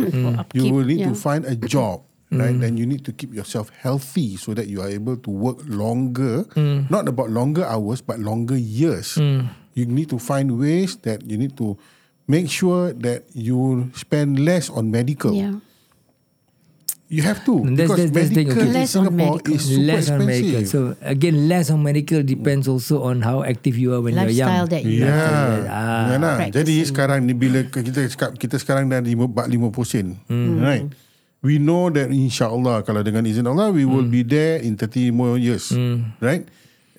Speaker 1: you will need to
Speaker 3: yeah.
Speaker 1: find a job, right?
Speaker 4: Mm.
Speaker 1: Then you need to keep yourself healthy so that you are able to work longer,
Speaker 4: Mm.
Speaker 1: not about longer hours, but longer years. You need to find ways that you need to make sure that you spend less on medical.
Speaker 3: Yeah.
Speaker 1: You have to
Speaker 4: And that's-
Speaker 1: because
Speaker 4: that's- that's the thing,
Speaker 1: medical
Speaker 4: okay.
Speaker 1: in
Speaker 3: Less on
Speaker 1: Singapore
Speaker 3: medical.
Speaker 1: is super
Speaker 4: less on
Speaker 1: expensive.
Speaker 4: medical. So again, less on medical depends also on how active you are when you're young.
Speaker 3: Lifestyle that
Speaker 1: Ya.
Speaker 3: you
Speaker 4: Ah.
Speaker 1: Ya lah.
Speaker 3: Practicing.
Speaker 1: Jadi sekarang ni bila ke- kita cakap kita sekarang dah di bab 50 sen. Right. We know that insya-Allah kalau dengan izin Allah we will be there in 30 more years. Right?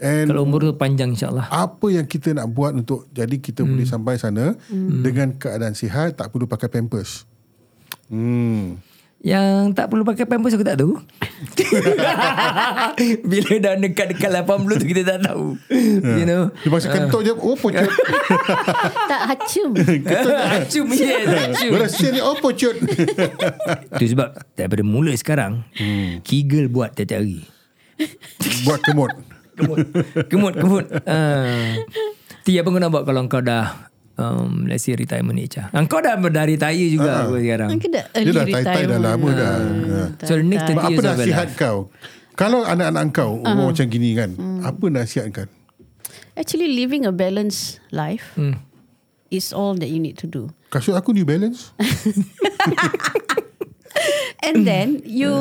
Speaker 1: And
Speaker 4: Kalau umur tu panjang insyaAllah.
Speaker 1: apa yang kita nak buat untuk jadi kita boleh sampai sana dengan keadaan sihat tak perlu pakai pampers. Hmm.
Speaker 4: Yang tak perlu pakai pampers aku tak tahu. (laughs) Bila dah dekat-dekat 80 tu kita tak tahu.
Speaker 1: Ya.
Speaker 4: You know. (laughs)
Speaker 1: Dia masa kentut je Oh pocut
Speaker 3: tak (laughs) hacum.
Speaker 4: Acum yes,
Speaker 1: (laughs)
Speaker 4: acum.
Speaker 1: Bersin ni Oh pocut
Speaker 4: Itu sebab daripada mula sekarang,
Speaker 1: Hmm.
Speaker 4: Kegel buat tiap-tiap hari.
Speaker 1: Buat kemot
Speaker 4: Kemut Kemut Kemut uh, Ti apa kau nak buat Kalau kau dah um, Let's say retirement age lah. Ah, Kau dah, dah retire juga uh-huh. sekarang
Speaker 3: Kan dah
Speaker 1: Dia
Speaker 3: early
Speaker 1: dah tai-tai dah
Speaker 3: retirement. Ah,
Speaker 1: lama dah Ha.
Speaker 4: So the next 30
Speaker 1: Sebab apa
Speaker 4: years of your
Speaker 1: nasihat
Speaker 4: life
Speaker 1: kau? Kalau anak-anak kau umur macam gini kan, apa nasihat kan? kau?
Speaker 3: Actually, living a balanced life
Speaker 1: Hmm.
Speaker 3: is all that you need to do.
Speaker 1: Kasut aku New Balance.
Speaker 3: And
Speaker 1: Hmm.
Speaker 3: then you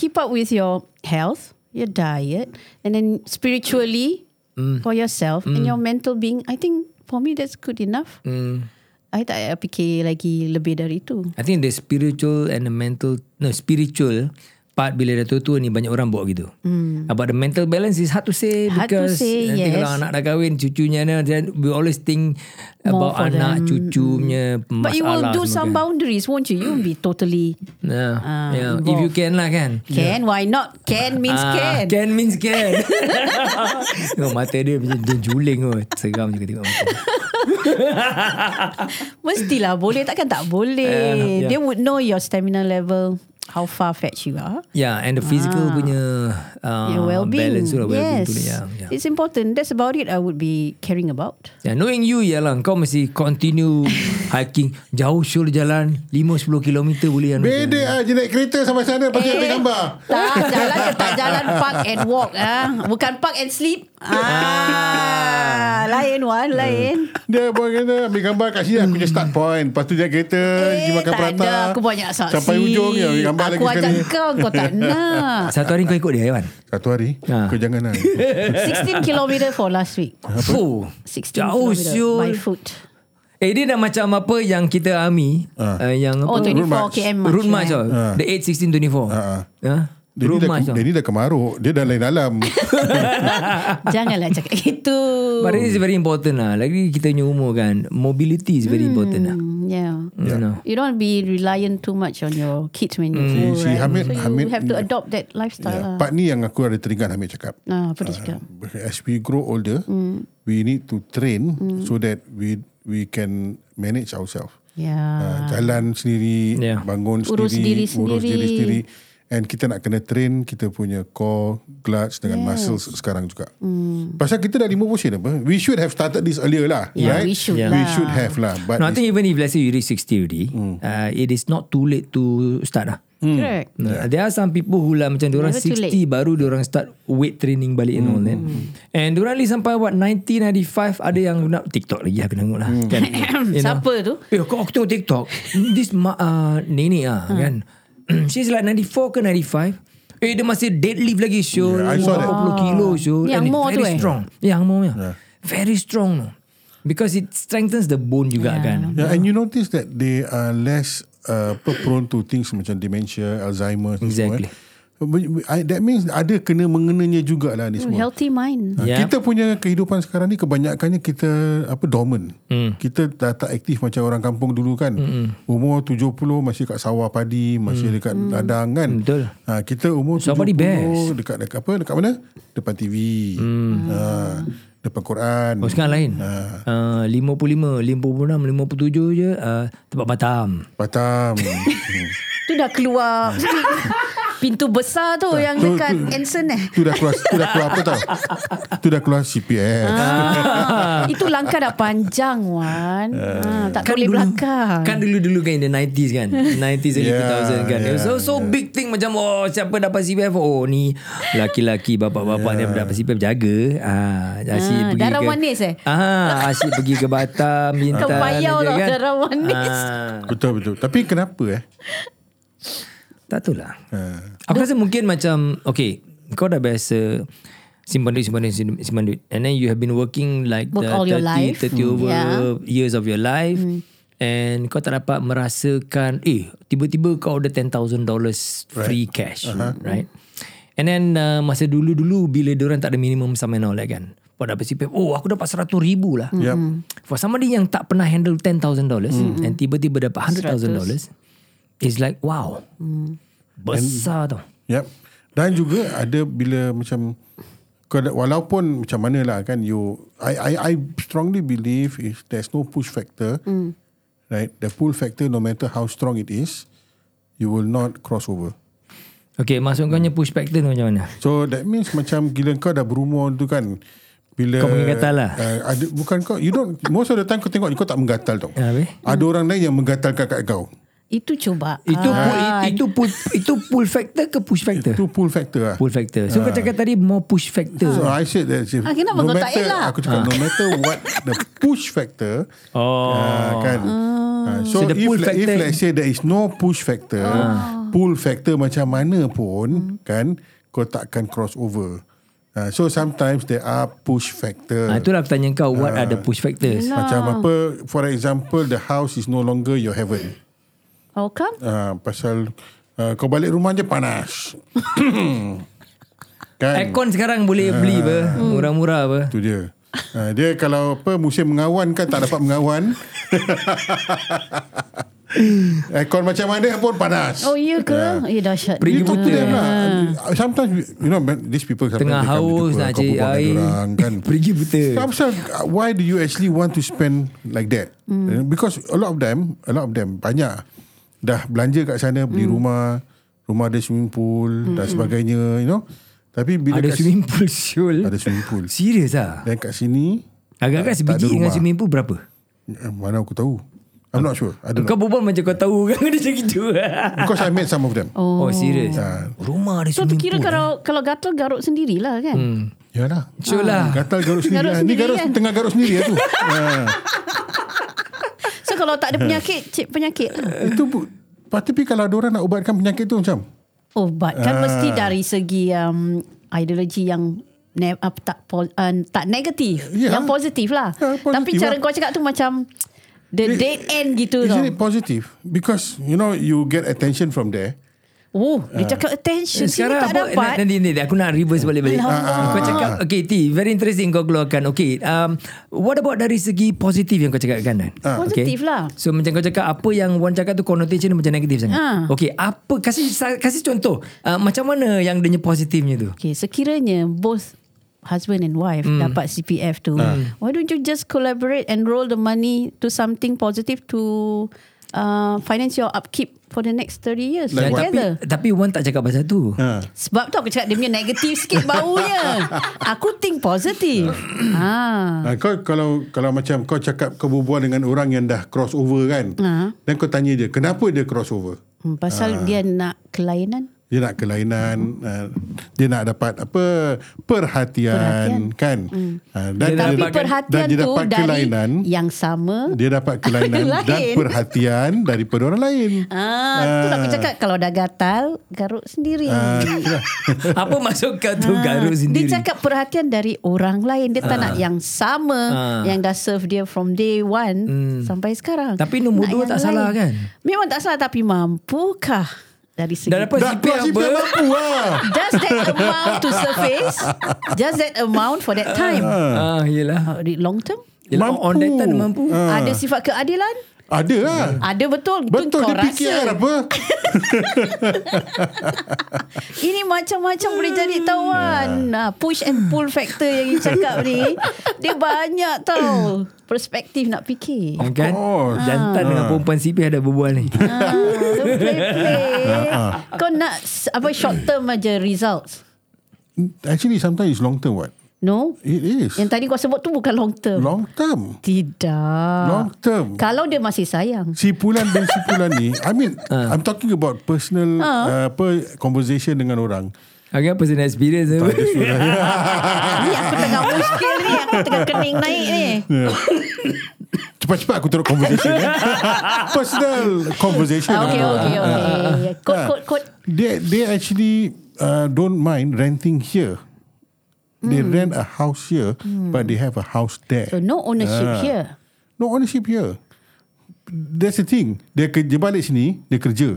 Speaker 3: keep up with your health, your diet, and then spiritually
Speaker 1: Hmm.
Speaker 3: for yourself and your mental being. I think for me that's good enough.
Speaker 1: Hmm.
Speaker 3: I tak payah fikir lagi lebih dari itu.
Speaker 4: I think the spiritual And the mental No spiritual Part bila dah tua-tua ni Banyak orang buat gitu mm. About the mental balance Is hard to say
Speaker 3: Hmm. Hard to
Speaker 4: Because
Speaker 3: say,
Speaker 4: Nanti
Speaker 3: yes.
Speaker 4: kalau anak dah kahwin Cucunya ni then We always think About
Speaker 3: More for
Speaker 4: anak
Speaker 3: them.
Speaker 4: Cucu punya Masalah
Speaker 3: But you will do
Speaker 4: semua
Speaker 3: some
Speaker 4: kan.
Speaker 3: boundaries, won't you? You won't be totally
Speaker 4: yeah.
Speaker 3: Ah,
Speaker 4: yeah. If
Speaker 3: involved.
Speaker 4: you can lah kan
Speaker 3: can. Why not? Can means
Speaker 4: Ah,
Speaker 3: can.
Speaker 4: Can means can. (laughs) Tengok mata dia macam dia juling kot. Seram juga tengok mata.
Speaker 3: Mestilah boleh takkan tak boleh.
Speaker 4: yeah.
Speaker 3: They would know your stamina level, how far fetch you are.
Speaker 4: Yeah, Ya, and the physical punya uh,
Speaker 3: Your well-being.
Speaker 4: balance tu lah. Well-being
Speaker 3: yes.
Speaker 4: tu lah. Yeah, yeah.
Speaker 3: It's important. That's about it I would be caring about.
Speaker 4: yeah. Ya, Knowing you ialah kau mesti
Speaker 3: (laughs)
Speaker 4: continue hiking. Jauh sure jalan 5-10 km boleh. kan?
Speaker 1: Beda aje naik kereta sampai sana pasal
Speaker 3: Eh.
Speaker 1: ambil gambar.
Speaker 3: Tak, jalan ke tak jalan Park and walk ah. Bukan park and sleep ah. Lain Wan Lain
Speaker 1: Dia buat kereta ambil gambar kat sini aku je start point. Lepas tu dia kereta, pergi
Speaker 3: Hmm. Eh
Speaker 1: makan
Speaker 3: tak
Speaker 1: prata.
Speaker 3: ada Aku banyak saksi
Speaker 1: Sampai hujung ya ambil gambar Tengah
Speaker 3: Aku
Speaker 1: lagi
Speaker 3: ajak
Speaker 1: sekali
Speaker 3: kau Kau tak nak
Speaker 4: Satu hari kau ikut dia Iwan
Speaker 1: Satu hari
Speaker 4: Ah.
Speaker 1: Kau jangan lah
Speaker 3: 16 kilometer for last week
Speaker 4: Fuh
Speaker 3: 16
Speaker 4: Oh, Jauh
Speaker 3: kilometer by
Speaker 4: siul
Speaker 3: foot
Speaker 4: Eh dia dah macam apa Yang kita army
Speaker 1: Ah.
Speaker 4: uh, Yang
Speaker 3: Oh
Speaker 4: apa
Speaker 3: 24
Speaker 1: Route
Speaker 3: km
Speaker 4: Road March lah.
Speaker 3: eh.
Speaker 4: tau The 8, 16, 24
Speaker 1: ah.
Speaker 4: Ha?
Speaker 1: Dia ni,
Speaker 4: Road
Speaker 1: dah,
Speaker 4: March tau
Speaker 1: dia ni dah kemaruk Dia dah lain
Speaker 3: (laughs)
Speaker 1: alam
Speaker 3: Janganlah cakap (laughs) itu
Speaker 4: But it is very important lah Lagi kita punya umur kan Mobility is very important lah
Speaker 3: Hmm, Yeah
Speaker 4: You know
Speaker 3: You don't be reliant too much on your kids when you grow,
Speaker 1: Si- si Hmm,
Speaker 3: right?
Speaker 1: Hamid-
Speaker 3: so you
Speaker 1: Hamid-
Speaker 3: have to adopt that lifestyle
Speaker 1: yeah. Uh,
Speaker 3: lah.
Speaker 1: Part ni yang aku ada teringat Hamid cakap
Speaker 3: Nah, apa dia cakap?
Speaker 1: As we grow older
Speaker 3: Hmm.
Speaker 1: We need to train So that we we can manage ourselves
Speaker 3: Yeah.
Speaker 1: uh, Jalan sendiri
Speaker 4: Yeah.
Speaker 1: Bangun
Speaker 3: Urus
Speaker 1: sendiri
Speaker 3: diri
Speaker 1: Urus diri
Speaker 3: sendiri.
Speaker 1: sendiri And kita nak kena train Kita punya core Glutes dengan muscles Sekarang juga
Speaker 3: Hmm.
Speaker 1: Pasal kita dah 5 portion apa We should have started this earlier lah
Speaker 3: Yeah,
Speaker 1: right?
Speaker 3: we should
Speaker 1: We
Speaker 3: lah.
Speaker 1: should have lah But
Speaker 4: No, I
Speaker 1: it's-
Speaker 4: think even if let's say you reach 60 already, uh, it is not too late to start lah.
Speaker 1: Hmm. (coughs)
Speaker 3: Correct.
Speaker 4: Yeah. There are some people who lah macam diorang
Speaker 3: Never too
Speaker 4: 60 baru diorang start weight training balik and all that. And diorang ni sampai what 90, 95 ada yang nak TikTok lagi aku tengok lah. Kan? You know?
Speaker 3: Siapa tu?
Speaker 4: Eh kau aku tengok TikTok This ma- uh, nenek
Speaker 3: Ha.
Speaker 4: lah kan (clears throat) She's like 94 ke 95 Eh dia masih deadlift lagi Syul
Speaker 1: Yeah, I saw that.
Speaker 4: 40 kilo Syul
Speaker 3: Ah. Yang
Speaker 4: And
Speaker 3: more
Speaker 4: very
Speaker 3: tu eh?
Speaker 4: strong Yang more ya. Very strong no. Because it strengthens the bone juga kan
Speaker 1: Yeah, and you notice that they are less uh, apa, prone to things macam dementia, Alzheimer. ni semua,
Speaker 4: Exactly.
Speaker 1: eh. But- but I- That means ada kena mengenanya jugalah ni semua.
Speaker 3: Healthy mind.
Speaker 1: Ha,
Speaker 4: Yeah.
Speaker 1: Kita punya kehidupan sekarang ni kebanyakannya kita apa dormant.
Speaker 4: Hmm.
Speaker 1: Kita dah tak aktif macam orang kampung dulu kan. Umur 70 masih kat sawah padi, masih dekat ladang kan.
Speaker 4: Hmm. Betul.
Speaker 1: Ha, kita umur
Speaker 4: Sawah padi
Speaker 1: 70
Speaker 4: best. Hmm.
Speaker 1: dekat dekat apa dekat mana? Depan TV. Ha, depan Quran.
Speaker 4: Oh sekarang lain uh, 55, 56, 57 je uh, Tempat Batam
Speaker 1: Batam. Hmm.
Speaker 3: Tu dah keluar
Speaker 1: (laughs)
Speaker 3: pintu besar tu yang
Speaker 1: tu-
Speaker 3: dekat
Speaker 1: tu-
Speaker 3: Anson eh.
Speaker 1: Tu dah keluar Tu dah keluar apa tau Tu dah keluar CPF
Speaker 3: Ah, (laughs) itu langkah dah panjang Wan.
Speaker 1: Uh.
Speaker 3: Ah, tak boleh belakang.
Speaker 4: Kan dulu-dulu kan in the 90s kan 90s
Speaker 1: (laughs)
Speaker 4: early
Speaker 1: Yeah,
Speaker 4: 2000 kan
Speaker 1: yeah,
Speaker 4: So so big thing macam Oh siapa dapat CPF Oh ni Laki-laki bapak-bapak yeah. Dia dapat CPF jaga ah, Asyik
Speaker 3: Ah,
Speaker 4: pergi
Speaker 3: darah
Speaker 4: ke
Speaker 3: manis eh?
Speaker 4: ah, Asyik pergi ke
Speaker 3: (laughs)
Speaker 4: Batam Bintan
Speaker 3: Terbayau
Speaker 4: aja
Speaker 3: tau, lah darah manis.
Speaker 4: ah,
Speaker 1: Betul betul Tapi kenapa eh Ha.
Speaker 4: Tak tahulah Aku rasa mungkin macam Okay Kau dah biasa Simpan duit, simpan duit, simpan simpan duit And then you have been working like
Speaker 3: Work
Speaker 4: the
Speaker 3: all your
Speaker 4: 30,
Speaker 3: life. Hmm.
Speaker 4: 30 over
Speaker 3: Yeah. Hmm.
Speaker 4: years of your life And kau tak dapat merasakan Eh tiba-tiba kau ada $10,000 free cash Right And then uh, masa dulu-dulu Bila diorang tak ada minimum sum and all that kan Kau dapat CPF Oh aku dapat $100,000 lah
Speaker 3: Hmm.
Speaker 1: Yep
Speaker 4: For somebody yang tak pernah handle $10,000 And tiba-tiba dapat $100,000 It's like wow Besar tau
Speaker 1: Yep Dan juga ada bila macam kau dah- Walaupun macam mana lah kan you I I, I strongly believe If there's no push factor Right The pull factor no matter how strong it is You will not cross over
Speaker 4: Okay maksud kau punya pushback tu macam mana
Speaker 1: So that means macam gila kau dah berumur tu kan bila
Speaker 4: Kau menggatal lah.
Speaker 1: Uh, ada, bukan kau you don't most of the time kau tengok kau tak menggatal tau.
Speaker 4: Ya, habis?
Speaker 1: Ada orang lain yang menggatalkan kat kau.
Speaker 3: Itu cuba.
Speaker 4: Itu
Speaker 3: Ah,
Speaker 4: pull, itu pull, itu pull factor ke push factor
Speaker 1: Itu pull factor lah.
Speaker 4: Pull factor So kau cakap tadi More push
Speaker 1: So
Speaker 4: factor
Speaker 1: I said that if,
Speaker 3: Ah, kenapa
Speaker 1: no
Speaker 3: kau tak
Speaker 1: matter,
Speaker 3: elak?
Speaker 1: Aku cakap no matter what the push factor
Speaker 4: Oh.
Speaker 1: ah, kan. Ah, so,
Speaker 4: So the
Speaker 1: if,
Speaker 4: pull
Speaker 1: like- if
Speaker 4: factor-
Speaker 1: let's say there is no push factor,
Speaker 3: Ah.
Speaker 1: pull factor macam mana pun kan kau takkan cross over. Ah, so sometimes there are push factor.
Speaker 4: Ah, itulah aku tanya kau What are the push factors
Speaker 1: Macam apa For example The house is no longer your heaven
Speaker 3: How come?
Speaker 1: uh, Pasal uh, Kau balik rumah je panas (coughs) Kan
Speaker 4: Aircon sekarang boleh beli apa Murah-murah apa
Speaker 1: Itu dia uh, Dia kalau apa Musim mengawan kan Tak dapat mengawan Aircon macam mana pun panas
Speaker 3: Oh iya ke?
Speaker 1: Uh.
Speaker 3: Eh dahsyat.
Speaker 4: Pergi
Speaker 1: You talk to
Speaker 4: betul.
Speaker 1: them lah Sometimes we- You know man, These people sometimes
Speaker 4: Tengah
Speaker 1: they come
Speaker 4: haus
Speaker 1: gitu, kau
Speaker 4: nak cari
Speaker 1: berbual dengan
Speaker 4: air
Speaker 1: dorang,
Speaker 4: (laughs)
Speaker 1: kan
Speaker 4: Pergi buta
Speaker 1: Tak pasal uh, why do you actually want to spend like that? Mm. Because a lot of them, a lot of them banyak dah belanja kat sana beli rumah, rumah ada swimming pool mm. dan sebagainya, you know. Tapi bila
Speaker 4: Ada
Speaker 1: kat
Speaker 4: swimming pool Syul
Speaker 1: ada swimming
Speaker 4: (laughs)
Speaker 1: pool.
Speaker 4: Serius lah
Speaker 1: Dan kat sini
Speaker 4: Agak-agak
Speaker 1: tak ada
Speaker 4: sebiji dengan
Speaker 1: rumah.
Speaker 4: swimming pool berapa
Speaker 1: eh, mana aku tahu. I'm not sure. I don't know.
Speaker 4: Kau berbual macam kau tahu kan (laughs) Dia macam gitu
Speaker 1: Because
Speaker 3: ah,
Speaker 1: I met some of them. Oh.
Speaker 4: Oh serius Rumah ada
Speaker 3: So
Speaker 4: swimming
Speaker 3: kira
Speaker 4: pool
Speaker 3: kalau kalau gatal garuk sendirilah kan?
Speaker 1: Hmm. Yalah.
Speaker 4: Syul lah
Speaker 1: Ah, Gatal garuk sendiri.
Speaker 3: Garuk
Speaker 1: lah. Ni
Speaker 3: sendiri
Speaker 1: garuk
Speaker 3: kan?
Speaker 1: tengah garuk sendiri lah
Speaker 3: (laughs)
Speaker 1: tu. ha, (laughs)
Speaker 3: So kalau tak ada penyakit, cik penyakit.
Speaker 1: itu bu- But tapi kalau orang nak ubatkan penyakit tu macam
Speaker 3: Oh, but kan
Speaker 1: Ah.
Speaker 3: mesti dari segi um, ideologi yang ne- apa, tak pol- uh, tak negatif,
Speaker 1: Ya.
Speaker 3: yang positif lah.
Speaker 1: Ya, positif
Speaker 3: Tapi cara
Speaker 1: lah.
Speaker 3: kau cakap tu macam the
Speaker 1: It-
Speaker 3: dead end gitu tau.
Speaker 1: Isn't it positive? Because you know you get attention from there.
Speaker 3: Oh,
Speaker 1: Ah.
Speaker 3: dia cakap attention sini
Speaker 4: Eh, Sekarang
Speaker 3: tak
Speaker 4: apa,
Speaker 3: dapat.
Speaker 4: Nanti, nanti, aku nak reverse balik-balik. Ah,
Speaker 3: Alamak.
Speaker 4: Kau cakap, okay T, very interesting kau keluarkan. Okay, um, what about dari segi positif yang kau cakap kan?
Speaker 3: Ah. Positif lah.
Speaker 4: So macam kau cakap, apa yang Wan cakap tu connotation dia macam negatif sangat.
Speaker 3: Ah.
Speaker 4: Okay, apa, kasih kasih contoh. Uh, macam mana yang dia punya positifnya tu?
Speaker 3: Okay, sekiranya both husband and wife
Speaker 1: Hmm.
Speaker 3: dapat CPF tu,
Speaker 1: Ah.
Speaker 3: why don't you just collaborate and roll the money to something positive to uh, finance your upkeep for the next 30 years
Speaker 1: Like what?
Speaker 3: together?
Speaker 4: tapi, tapi Wan tak cakap pasal tu.
Speaker 1: Ha.
Speaker 3: Sebab tu aku cakap dia punya negatif sikit baunya. Aku think
Speaker 4: (coughs)
Speaker 3: positif. ha.
Speaker 1: Ha, kau kalau kalau macam kau cakap kau berbual dengan orang yang dah crossover kan.
Speaker 3: Ha.
Speaker 1: Dan kau tanya dia, kenapa dia crossover?
Speaker 4: Ah.
Speaker 3: Hmm, Pasal dia nak kelainan.
Speaker 1: Dia nak kelainan, uh, dia nak dapat apa perhatian, kan? Ha, dan
Speaker 4: Dia
Speaker 3: Hmm. Tapi
Speaker 4: dapatkan-
Speaker 3: perhatian
Speaker 1: dan dia
Speaker 3: tu
Speaker 1: dapat
Speaker 3: dari
Speaker 1: kelainan.
Speaker 3: yang sama.
Speaker 1: Dia dapat kelainan
Speaker 3: (laughs) Lain.
Speaker 1: dan perhatian daripada orang lain.
Speaker 3: Ah, tu lah aku cakap kalau dah gatal, garuk sendiri.
Speaker 4: (laughs) apa maksud kau tu Ah, garuk sendiri?
Speaker 3: Ah.
Speaker 4: Ah.
Speaker 3: Dia cakap perhatian dari orang lain. Dia tak nak yang sama yang dah serve dia from day one sampai sekarang.
Speaker 4: Hmm. Tapi nombor
Speaker 3: Nak
Speaker 4: dua
Speaker 3: yang
Speaker 4: tak salah kan?
Speaker 3: Memang tak salah tapi mampukah dari segi
Speaker 4: Dah dapat
Speaker 1: Dah
Speaker 4: CPF
Speaker 1: keluar
Speaker 4: apa?
Speaker 1: CPF mampu lah.
Speaker 3: just that amount to surface, just that amount for that time.
Speaker 4: Ah, yelah.
Speaker 3: Uh, di long term,
Speaker 4: yelah On that time dia mampu.
Speaker 1: Ah.
Speaker 3: uh. ada sifat keadilan,
Speaker 1: Ada lah.
Speaker 3: ada betul. Ah. Itu
Speaker 1: Betul
Speaker 3: kau
Speaker 1: dia lah. PKR
Speaker 3: rasa.
Speaker 1: apa?
Speaker 3: Ini macam-macam boleh jadi
Speaker 1: Hmm.
Speaker 3: tawan.
Speaker 1: Ya.
Speaker 3: Nah, push and pull factor yang you cakap ni, dia banyak tau perspektif nak fikir.
Speaker 4: Ah, Kan?
Speaker 1: course. Ah.
Speaker 4: Jantan dengan perempuan CPF ada berbual
Speaker 1: (laughs)
Speaker 4: ni.
Speaker 3: Ah, don't play, play.
Speaker 1: Ah.
Speaker 3: Kau nak s- apa short term aja results.
Speaker 1: Actually sometimes it's long term what?
Speaker 3: No.
Speaker 1: It is.
Speaker 3: Yang tadi kau sebut tu bukan long term.
Speaker 1: Long term.
Speaker 3: Tidak.
Speaker 1: Long term.
Speaker 3: Kalau dia masih sayang.
Speaker 1: Sipulan dan sipulan ni I mean I'm talking about
Speaker 3: Ah.
Speaker 1: personal uh, apa conversation dengan orang.
Speaker 4: Okay, personal experience. apa?
Speaker 3: Ni aku
Speaker 4: Ah.
Speaker 3: tengah muskil ni Aku tengah kening naik ni
Speaker 1: Cepat-cepat aku teruk conversation
Speaker 3: (laughs)
Speaker 1: eh. Personal conversation.
Speaker 3: ah, Okay okay
Speaker 4: ah.
Speaker 3: okay Kod kod kod
Speaker 1: They they actually uh, don't mind renting here. They rent a house here but they have a house there.
Speaker 3: Hmm. So Uh, no ownership
Speaker 1: Ah.
Speaker 3: here
Speaker 1: No ownership here. That's the thing. Dia kerja balik sini, dia kerja.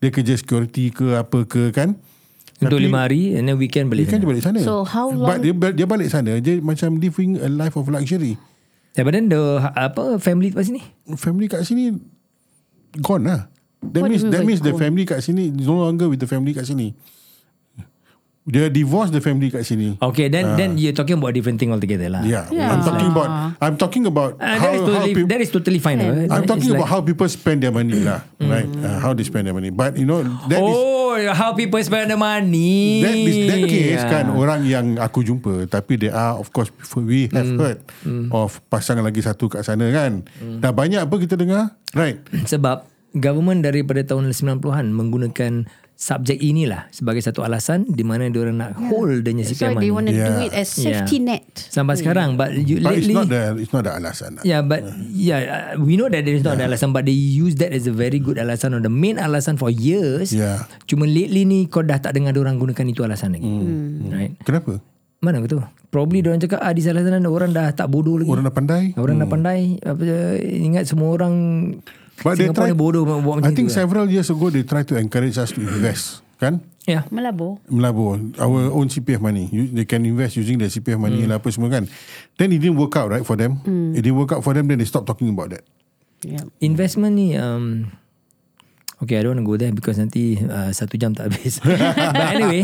Speaker 1: Dia kerja security ke apa ke kan.
Speaker 4: (laughs) Untuk
Speaker 1: Tapi-
Speaker 4: lima hari and then weekend balik.
Speaker 1: Dia kan dia balik sana.
Speaker 3: So, how
Speaker 1: But
Speaker 3: long-
Speaker 1: dia, dia balik sana, dia macam living a life of luxury.
Speaker 4: Yeah, but then the apa family lepas ni?
Speaker 1: Family kat sini gone lah. That
Speaker 3: What do
Speaker 1: means
Speaker 3: you mean
Speaker 1: that
Speaker 3: by
Speaker 1: means the
Speaker 3: gone?
Speaker 1: family kat sini is no longer with the family kat sini. Dia divorce the family kat sini.
Speaker 4: Okay, then then you're talking about different thing altogether
Speaker 1: Ah.
Speaker 4: lah.
Speaker 1: Yeah,
Speaker 3: Yeah.
Speaker 1: I'm talking about I'm talking about how
Speaker 4: Ah. Uh, that, is
Speaker 1: how
Speaker 4: totally,
Speaker 1: people
Speaker 4: that is totally fine. right?
Speaker 1: I'm
Speaker 4: It's
Speaker 1: talking
Speaker 4: like- Mm.
Speaker 1: about how people spend their money lah, right? Uh, how they spend their money. But you know that is
Speaker 4: Oh, how people spend the money.
Speaker 1: That is that case
Speaker 4: Yeah.
Speaker 1: kan orang yang aku jumpa tapi there are of course we have
Speaker 4: Mm.
Speaker 1: heard of pasangan lagi satu kat sana kan.
Speaker 4: Mm.
Speaker 1: Dah banyak apa kita dengar? Right.
Speaker 4: Sebab government daripada tahun 90-an menggunakan subjek inilah sebagai satu alasan di mana diorang nak hold dia punya
Speaker 3: So
Speaker 4: CPF
Speaker 3: they
Speaker 4: money.
Speaker 3: want to do
Speaker 1: Yeah.
Speaker 3: it as safety
Speaker 4: Yeah.
Speaker 3: net
Speaker 4: Sampai sekarang but you,
Speaker 1: But it's
Speaker 4: lately
Speaker 1: not the it's not the alasan. lah.
Speaker 4: Yeah, but yeah, uh, we know that there is not an alasan, but they use that as a very good alasan or the main alasan for years.
Speaker 1: Hmm. Yeah. Hmm.
Speaker 4: Cuma lately ni kau dah tak dengar orang gunakan itu alasan lagi. Right?
Speaker 1: Kenapa?
Speaker 4: Mana aku tahu? Probably orang cakap ah di salah sana orang dah tak bodoh lagi. Orang,
Speaker 1: Orang Hmm. dah pandai.
Speaker 4: orang dah pandai apa eh, ingat semua orang
Speaker 1: But they
Speaker 4: Singapore
Speaker 1: try
Speaker 4: ni bodoh buat buat macam
Speaker 1: I think
Speaker 4: tu. lah.
Speaker 1: several years ago they try to encourage us to invest, kan?
Speaker 4: Yeah.
Speaker 3: Melabur
Speaker 1: Melabur Our own CPF money you, They can invest using their CPF
Speaker 4: Hmm.
Speaker 1: money lah Apa semua kan Then it didn't work out right for them It didn't work out for them Then they stop talking about that
Speaker 3: yeah.
Speaker 4: Investment ni um, Okay I don't want to go there Because nanti uh, Satu jam tak habis (laughs) But anyway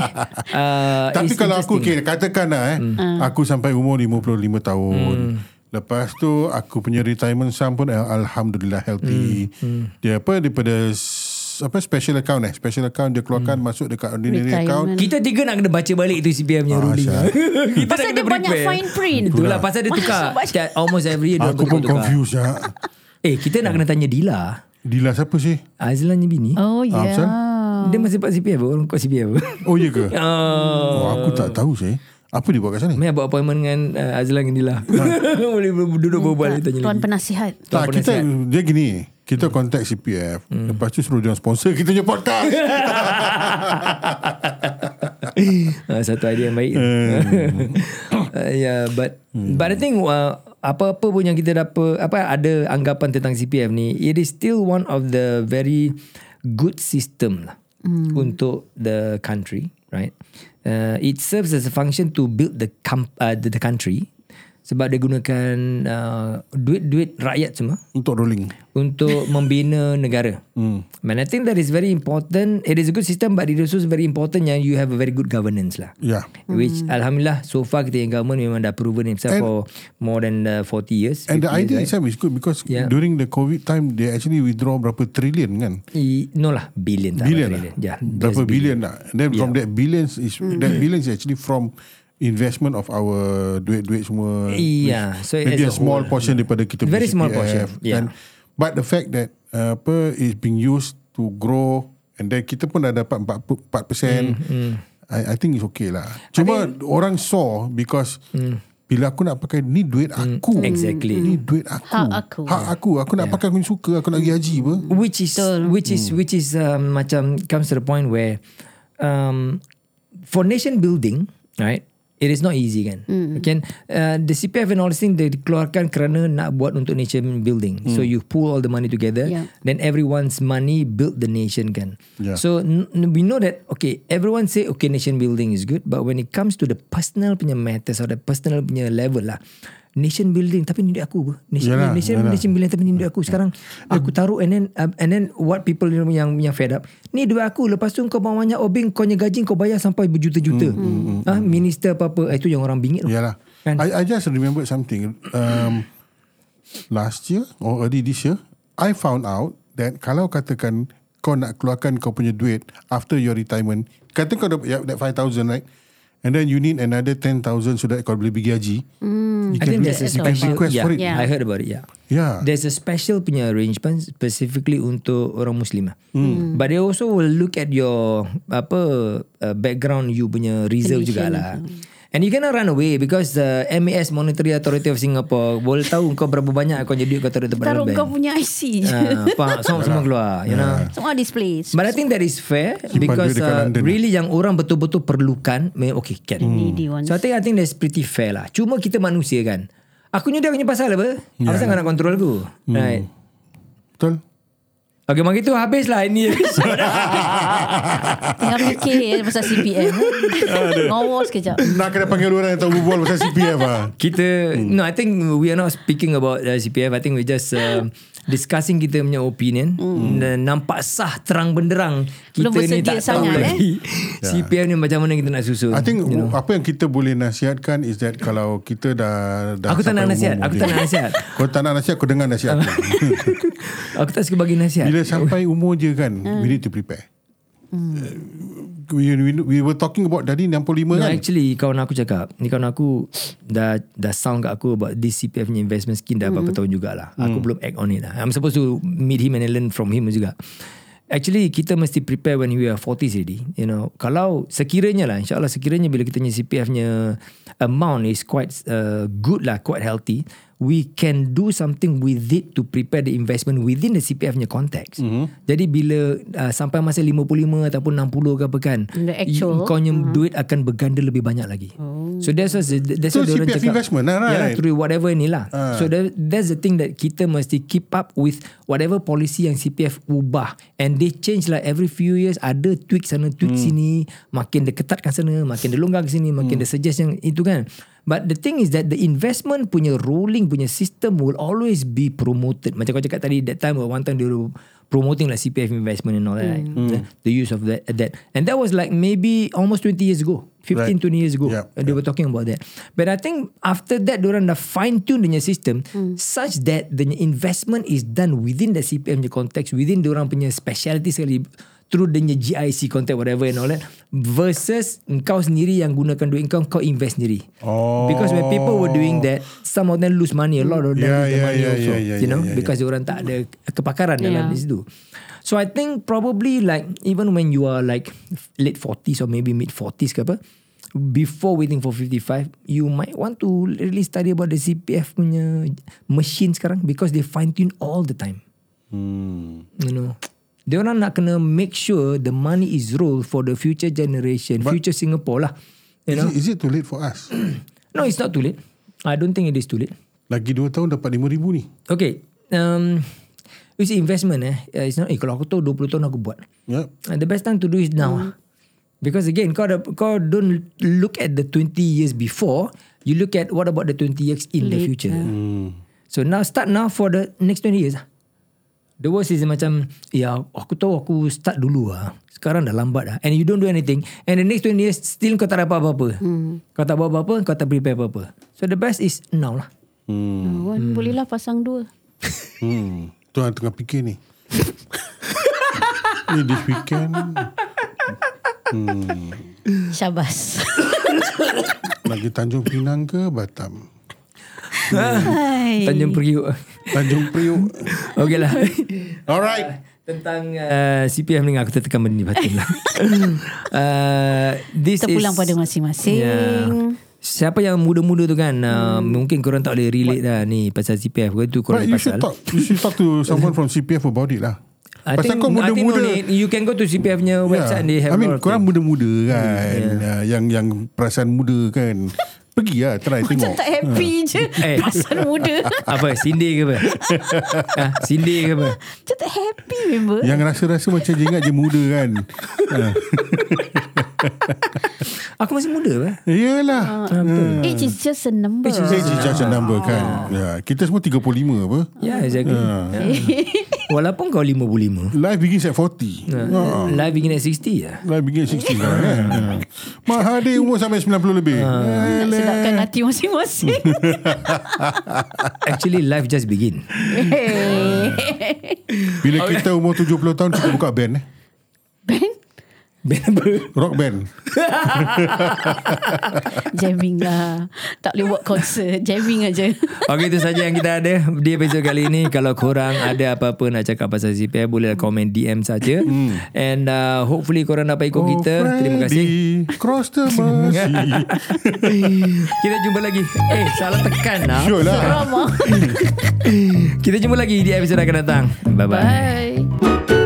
Speaker 4: uh,
Speaker 1: Tapi
Speaker 4: it's
Speaker 1: kalau aku
Speaker 4: interesting. Hmm.
Speaker 1: okay, Katakan lah eh Aku sampai umur 55 tahun Lepas tu Aku punya retirement sum pun al- Alhamdulillah healthy
Speaker 4: Hmm.
Speaker 1: Dia apa Daripada s- apa special account eh special account dia keluarkan
Speaker 4: Hmm.
Speaker 1: masuk dekat ordinary account
Speaker 3: Retirement.
Speaker 4: Kita tiga nak kena baca balik tu CPM punya
Speaker 1: Ah,
Speaker 4: ruling
Speaker 1: Syah.
Speaker 4: (laughs) Kita
Speaker 3: Pasal
Speaker 4: nak
Speaker 3: dia
Speaker 4: kena
Speaker 3: banyak
Speaker 4: prepare.
Speaker 3: fine print.
Speaker 4: Itulah pasal dia tukar
Speaker 3: Masuk
Speaker 4: Setiap- Almost every year dia
Speaker 1: aku pun
Speaker 4: tukar-tukar.
Speaker 1: confused ya.
Speaker 4: Eh kita nak kena tanya Dila
Speaker 1: Dila siapa sih
Speaker 4: Azlan ni bini
Speaker 3: Oh yeah
Speaker 1: Hamzah?
Speaker 4: Dia masih dapat CPF Orang kau CPF
Speaker 3: (laughs)
Speaker 1: oh iya ke
Speaker 4: Oh
Speaker 1: oh, aku tak tahu sih apa dia buat kat sana
Speaker 4: Mei buat appointment dengan
Speaker 3: (laughs)
Speaker 4: uh, Azlan dengan Dila Boleh duduk berbual
Speaker 3: Tuan
Speaker 4: Tanya lagi
Speaker 3: penasihat
Speaker 1: tak
Speaker 4: Tuan
Speaker 1: kita dia gini Kita contact CPF Lepas tu suruh dia sponsor Kita punya podcast
Speaker 4: uh, satu idea yang baik. (laughs) uh, yeah, but hmm. but I think uh, apa-apa pun yang kita dapat apa ada anggapan tentang CPF ni, it is still one of the very good system lah hmm. untuk the country, right? Uh, it serves as a function to build the com- uh, the, the country sebab dia gunakan uh, duit-duit rakyat semua
Speaker 1: Untuk rolling
Speaker 4: untuk membina negara. Mm. And I think that is very important. It is a good system but it is also very important yang you have a very good governance lah.
Speaker 1: Ya yeah.
Speaker 4: Which alhamdulillah so far kita yang government memang dah proven himself
Speaker 1: And-
Speaker 4: for more than uh, 40 years.
Speaker 1: And the
Speaker 4: 50 years,
Speaker 1: idea
Speaker 4: right?
Speaker 1: itself is good because
Speaker 4: Yeah.
Speaker 1: during the COVID time they actually withdraw berapa trillion kan?
Speaker 4: I, no lah billion tak
Speaker 1: Billion
Speaker 4: lah.
Speaker 1: lah.
Speaker 4: Yeah,
Speaker 1: berapa
Speaker 4: just
Speaker 1: billion lah. And then
Speaker 4: Ya.
Speaker 1: from that billions is
Speaker 4: Hmm.
Speaker 1: that billions is actually from investment of our duit-duit semua.
Speaker 4: Yeah, Ya, so
Speaker 1: maybe a
Speaker 4: as a
Speaker 1: small
Speaker 4: whole,
Speaker 1: portion daripada kita punya
Speaker 4: Very small
Speaker 1: CPF.
Speaker 4: portion, yeah.
Speaker 1: And, but the fact that uh, apa is being used to grow and then kita pun dah dapat 4%. 4%
Speaker 4: Hmm,
Speaker 1: I, I think it's okay lah. Cuma orang saw because bila aku nak pakai ni duit aku.
Speaker 4: Hmm. Exactly.
Speaker 1: Ni duit aku.
Speaker 3: Hak aku.
Speaker 1: Hak aku. Aku nak pakai aku suka. Aku nak pergi haji apa.
Speaker 4: which is which is
Speaker 1: Hmm.
Speaker 4: which is um, macam comes to the point where um, for nation building right it is not easy kan mm. kan uh, the CPF and all this thing dia dikeluarkan kerana nak buat untuk nation building
Speaker 1: Hmm.
Speaker 4: so you pool all the money together
Speaker 3: Yeah.
Speaker 4: then everyone's money build the nation kan
Speaker 1: Yeah.
Speaker 4: so n- n- we know that okay everyone say okay nation building is good but when it comes to the personal punya matters or the personal punya level lah nation building tapi ni duit aku apa nation,
Speaker 1: Yalah,
Speaker 4: nation,
Speaker 1: yalah.
Speaker 4: nation bila tapi ni duit aku sekarang aku taruh and then uh, and then what people yang yang, yang fed up ni duit aku lepas tu kau banyak obeng kau punya gaji kau bayar sampai berjuta-juta hmm, ha, minister apa-apa Eh, itu yang orang bingit tu.
Speaker 1: Yalah.
Speaker 4: Kan?
Speaker 1: I, I just remembered something. Um, last year or early this year, I found out that kalau katakan kau nak keluarkan kau punya duit after your retirement, kata kau dapat yeah, that 5,000 right? And then you need another 10,000 so that kau boleh pergi haji. Mm. You
Speaker 4: Hmm. I
Speaker 1: can,
Speaker 4: think
Speaker 1: do-
Speaker 4: there's
Speaker 1: you
Speaker 4: a
Speaker 1: can
Speaker 4: special
Speaker 1: request
Speaker 4: yeah,
Speaker 1: for it.
Speaker 4: yeah. I heard about it yeah
Speaker 1: Yeah.
Speaker 4: There's a special punya arrangement specifically untuk orang Muslim lah. But they also will look at your apa uh, background you punya reserve
Speaker 3: Condition.
Speaker 4: jugalah. And you cannot run away because the MAS Monetary Authority of Singapore boleh tahu kau berapa banyak kau jadi kau taruh tempat
Speaker 3: Taruh
Speaker 4: dalam bank.
Speaker 3: kau punya IC je.
Speaker 4: Ah, faham? semua, semua keluar, you know.
Speaker 3: Semua
Speaker 4: (laughs)
Speaker 3: displays.
Speaker 4: But I think that is fair
Speaker 1: Simpan
Speaker 4: because
Speaker 1: duit dekat
Speaker 4: uh,
Speaker 1: London.
Speaker 4: really yang orang betul-betul perlukan, may- okay can.
Speaker 3: Needy
Speaker 4: So
Speaker 3: ones.
Speaker 4: I think I think that's pretty fair lah. Cuma kita manusia kan. Aku ni dia punya pasal
Speaker 1: Ya.
Speaker 4: apa? Yeah. Apa sangat nak control aku? Hmm. Right.
Speaker 1: Betul?
Speaker 4: Okay, maka itu habislah lah ini episode.
Speaker 1: (laughs)
Speaker 3: Tengah fikir pasal CPF. Ngawal sekejap.
Speaker 1: Nak kena panggil orang yang tahu berbual pasal CPF lah.
Speaker 4: kita (laughs) no I think we are not speaking about uh, CPF I think we just um, discussing kita punya opinion Dan nampak sah terang benderang kita
Speaker 3: Hmm. Belum
Speaker 4: ni tak
Speaker 3: bersedia
Speaker 4: tahu
Speaker 3: sangat, eh?
Speaker 4: (laughs) lagi CPF ni macam mana kita nak susun
Speaker 1: I think you know. apa yang kita boleh nasihatkan is that kalau kita dah, dah
Speaker 4: Aku tak
Speaker 1: sampai
Speaker 4: nak nasihat.
Speaker 1: umur
Speaker 4: Aku tak
Speaker 1: muda.
Speaker 4: nak nasihat.
Speaker 1: Kau tak nak nasihat, kau dengar nasihat. aku.
Speaker 4: aku tak suka bagi nasihat
Speaker 1: Bila sampai umur je kan
Speaker 4: Hmm.
Speaker 1: We need to prepare Uh, we, we, we were talking about Tadi 65
Speaker 4: No,
Speaker 1: kan
Speaker 4: actually kawan aku cakap Ni kawan aku Dah dah sound kat aku About this CPF punya investment scheme Dah mm-hmm. berapa tahun jugalah mm. Aku belum act on it lah I'm supposed to meet him And then learn from him juga Actually kita mesti prepare When we are 40s already You know Kalau sekiranya lah InsyaAllah sekiranya Bila kita punya CPF punya Amount is quite uh, Good lah Quite healthy We can do something with it To prepare the investment Within the CPF punya context mm-hmm. Jadi bila uh, Sampai masa 55 Ataupun 60 ke apa kan
Speaker 3: The actual.
Speaker 4: you- Kau punya
Speaker 1: Hmm.
Speaker 4: uh-huh. duit akan berganda lebih banyak lagi. Oh. So that's why that's
Speaker 1: So,
Speaker 4: why diorang
Speaker 1: CPF
Speaker 4: cakap,
Speaker 1: investment lah, right?
Speaker 4: Yalah, through whatever ni lah. Uh. So that, that's the thing that kita mesti keep up with whatever policy yang CPF ubah and they change lah every few years ada tweak sana tweak hmm. sini makin dia ketatkan sana makin dia longgar ke sini makin hmm. dia suggest yang itu kan. But the thing is that the investment punya ruling punya system will always be promoted. Macam kau cakap tadi that time uh, one time dia promoting lah like CPF investment and all that, right? the, the use of that, that, and that was like maybe almost 20 years ago, 15,
Speaker 1: Right.
Speaker 4: 20 years ago.
Speaker 1: Yep,
Speaker 4: Uh, They were talking about that. But I think after that, orang dah fine tune the system such that the investment is done within the CPM punya context, within orang punya speciality sekali through the GIC context whatever and all that versus engkau sendiri yang gunakan duit engkau kau invest sendiri.
Speaker 1: Oh.
Speaker 4: Because when people were doing that, some of them lose money, a lot of them
Speaker 1: Yeah,
Speaker 4: lose their
Speaker 1: yeah,
Speaker 4: money
Speaker 1: yeah,
Speaker 4: also.
Speaker 1: yeah, yeah,
Speaker 4: you know,
Speaker 1: yeah, yeah,
Speaker 4: because orang tak ada kepakaran dalam
Speaker 3: Yeah.
Speaker 4: this do. So I think probably like even when you are like late 40s or maybe mid 40s ke apa, before waiting for 55, you might want to really study about the CPF punya machine sekarang because they fine tune all the time.
Speaker 1: Hmm.
Speaker 4: You know. Dia orang nak kena make sure the money is rolled for the future generation, But, future Singapore lah. You
Speaker 1: Is,
Speaker 4: know.
Speaker 1: it, is it too late for
Speaker 4: (coughs)
Speaker 1: us?
Speaker 4: No, it's not too late. I don't think it is too late.
Speaker 1: Lagi 2 tahun dapat RM5,000 ni.
Speaker 4: Okay. Um, it's investment eh. Uh, It's not, eh, kalau aku tahu 20 tahun aku buat.
Speaker 1: Yep.
Speaker 4: Uh, The best time to do is now. Mm. Because again, kau, dah, kau don't look at the 20 years before. You look at what about the 20 years in Later. the future. Mm. So now start now for the next 20 years. lah. The worst is macam, ya aku tahu aku start dulu lah. Sekarang dah lambat lah. And you don't do anything. And the next 20 years, still kau tak dapat apa-apa. Mm. Kau tak buat apa-apa, kau tak prepare apa-apa. So the best is now lah.
Speaker 1: Hmm.
Speaker 3: Oh, kan, Bolehlah pasang dua.
Speaker 1: Hmm. Tu yang tengah fikir
Speaker 4: (laughs)
Speaker 1: ni. ni this weekend
Speaker 3: Syabas.
Speaker 1: lagi Tanjung Pinang ke Batam?
Speaker 3: Hai.
Speaker 4: Tanjung Priuk. (laughs)
Speaker 1: Tanjung Priok.
Speaker 4: Okay lah.
Speaker 1: Alright.
Speaker 4: (laughs) Tentang uh, CPM ni aku tertekan benda ni batin
Speaker 3: (laughs)
Speaker 4: lah. uh, this is,
Speaker 3: Terpulang
Speaker 4: Ya.
Speaker 3: pada masing-masing. Hmm.
Speaker 4: Siapa yang muda-muda tu kan uh, Mungkin korang tak boleh relate dah Ni pasal CPF ke tu
Speaker 1: But
Speaker 4: korang right,
Speaker 1: you should
Speaker 4: pasal
Speaker 1: talk. You should talk to someone from CPF about it lah.
Speaker 4: I
Speaker 1: Pasal
Speaker 4: think,
Speaker 1: kau
Speaker 4: I think no
Speaker 1: muda-muda. Ya.
Speaker 4: need. You can go to CPF nya website and They have
Speaker 1: I mean,
Speaker 4: lot of
Speaker 1: korang
Speaker 4: things. Hmm, ya.
Speaker 1: muda-muda kan. Yeah. yang yang perasaan muda kan. Pergi lah, try
Speaker 3: Macam
Speaker 1: tengok.
Speaker 3: tak happy je.
Speaker 4: Eh.
Speaker 3: Pasal
Speaker 4: (laughs)
Speaker 3: muda.
Speaker 4: Apa sindir ke
Speaker 1: (laughs)
Speaker 4: apa ha, Sindir ke apa
Speaker 3: Macam tak happy member.
Speaker 4: Ya,
Speaker 1: Yang rasa-rasa macam je ingat je muda kan. ha.
Speaker 4: Aku masih muda apa
Speaker 1: Yelah.
Speaker 3: Ah,
Speaker 1: Ya,
Speaker 3: Age is just a number.
Speaker 4: Age is
Speaker 1: Age is just a number kan. Yeah. Kita semua 35 apa.
Speaker 4: Ah.
Speaker 1: Ha.
Speaker 4: Ya yeah, exactly yeah. Walaupun kau 55
Speaker 1: Life begins at 40.
Speaker 4: Ya.
Speaker 1: Ha.
Speaker 4: Live begin at 60 lah
Speaker 1: Life begins at 60 kan. Ha. Mahathir umur sampai 90 lebih.
Speaker 4: Ah.
Speaker 3: Nak
Speaker 1: Alah.
Speaker 3: sedapkan hati masing-masing. (laughs)
Speaker 4: Actually life
Speaker 1: (laughs)
Speaker 4: just begin
Speaker 1: Bila kita umur 70 tahun kita buka band eh.
Speaker 3: Ben,
Speaker 4: Ben apa
Speaker 1: Rock band.
Speaker 3: jamming lah. Tak boleh buat concert. Jamming aja.
Speaker 4: Okey itu saja yang kita ada di episod kali ini. Kalau korang ada apa-apa nak cakap pasal CPF boleh komen DM saja. And uh, hopefully korang dapat ikut kita. Terima kasih.
Speaker 1: Oh, Freddy, Cross the
Speaker 4: (laughs)
Speaker 1: mercy.
Speaker 4: Kita jumpa lagi. Eh salah tekan lah.
Speaker 1: Sure lah.
Speaker 3: Drama.
Speaker 4: Kita jumpa lagi di episod akan datang. Bye-bye.
Speaker 3: Bye.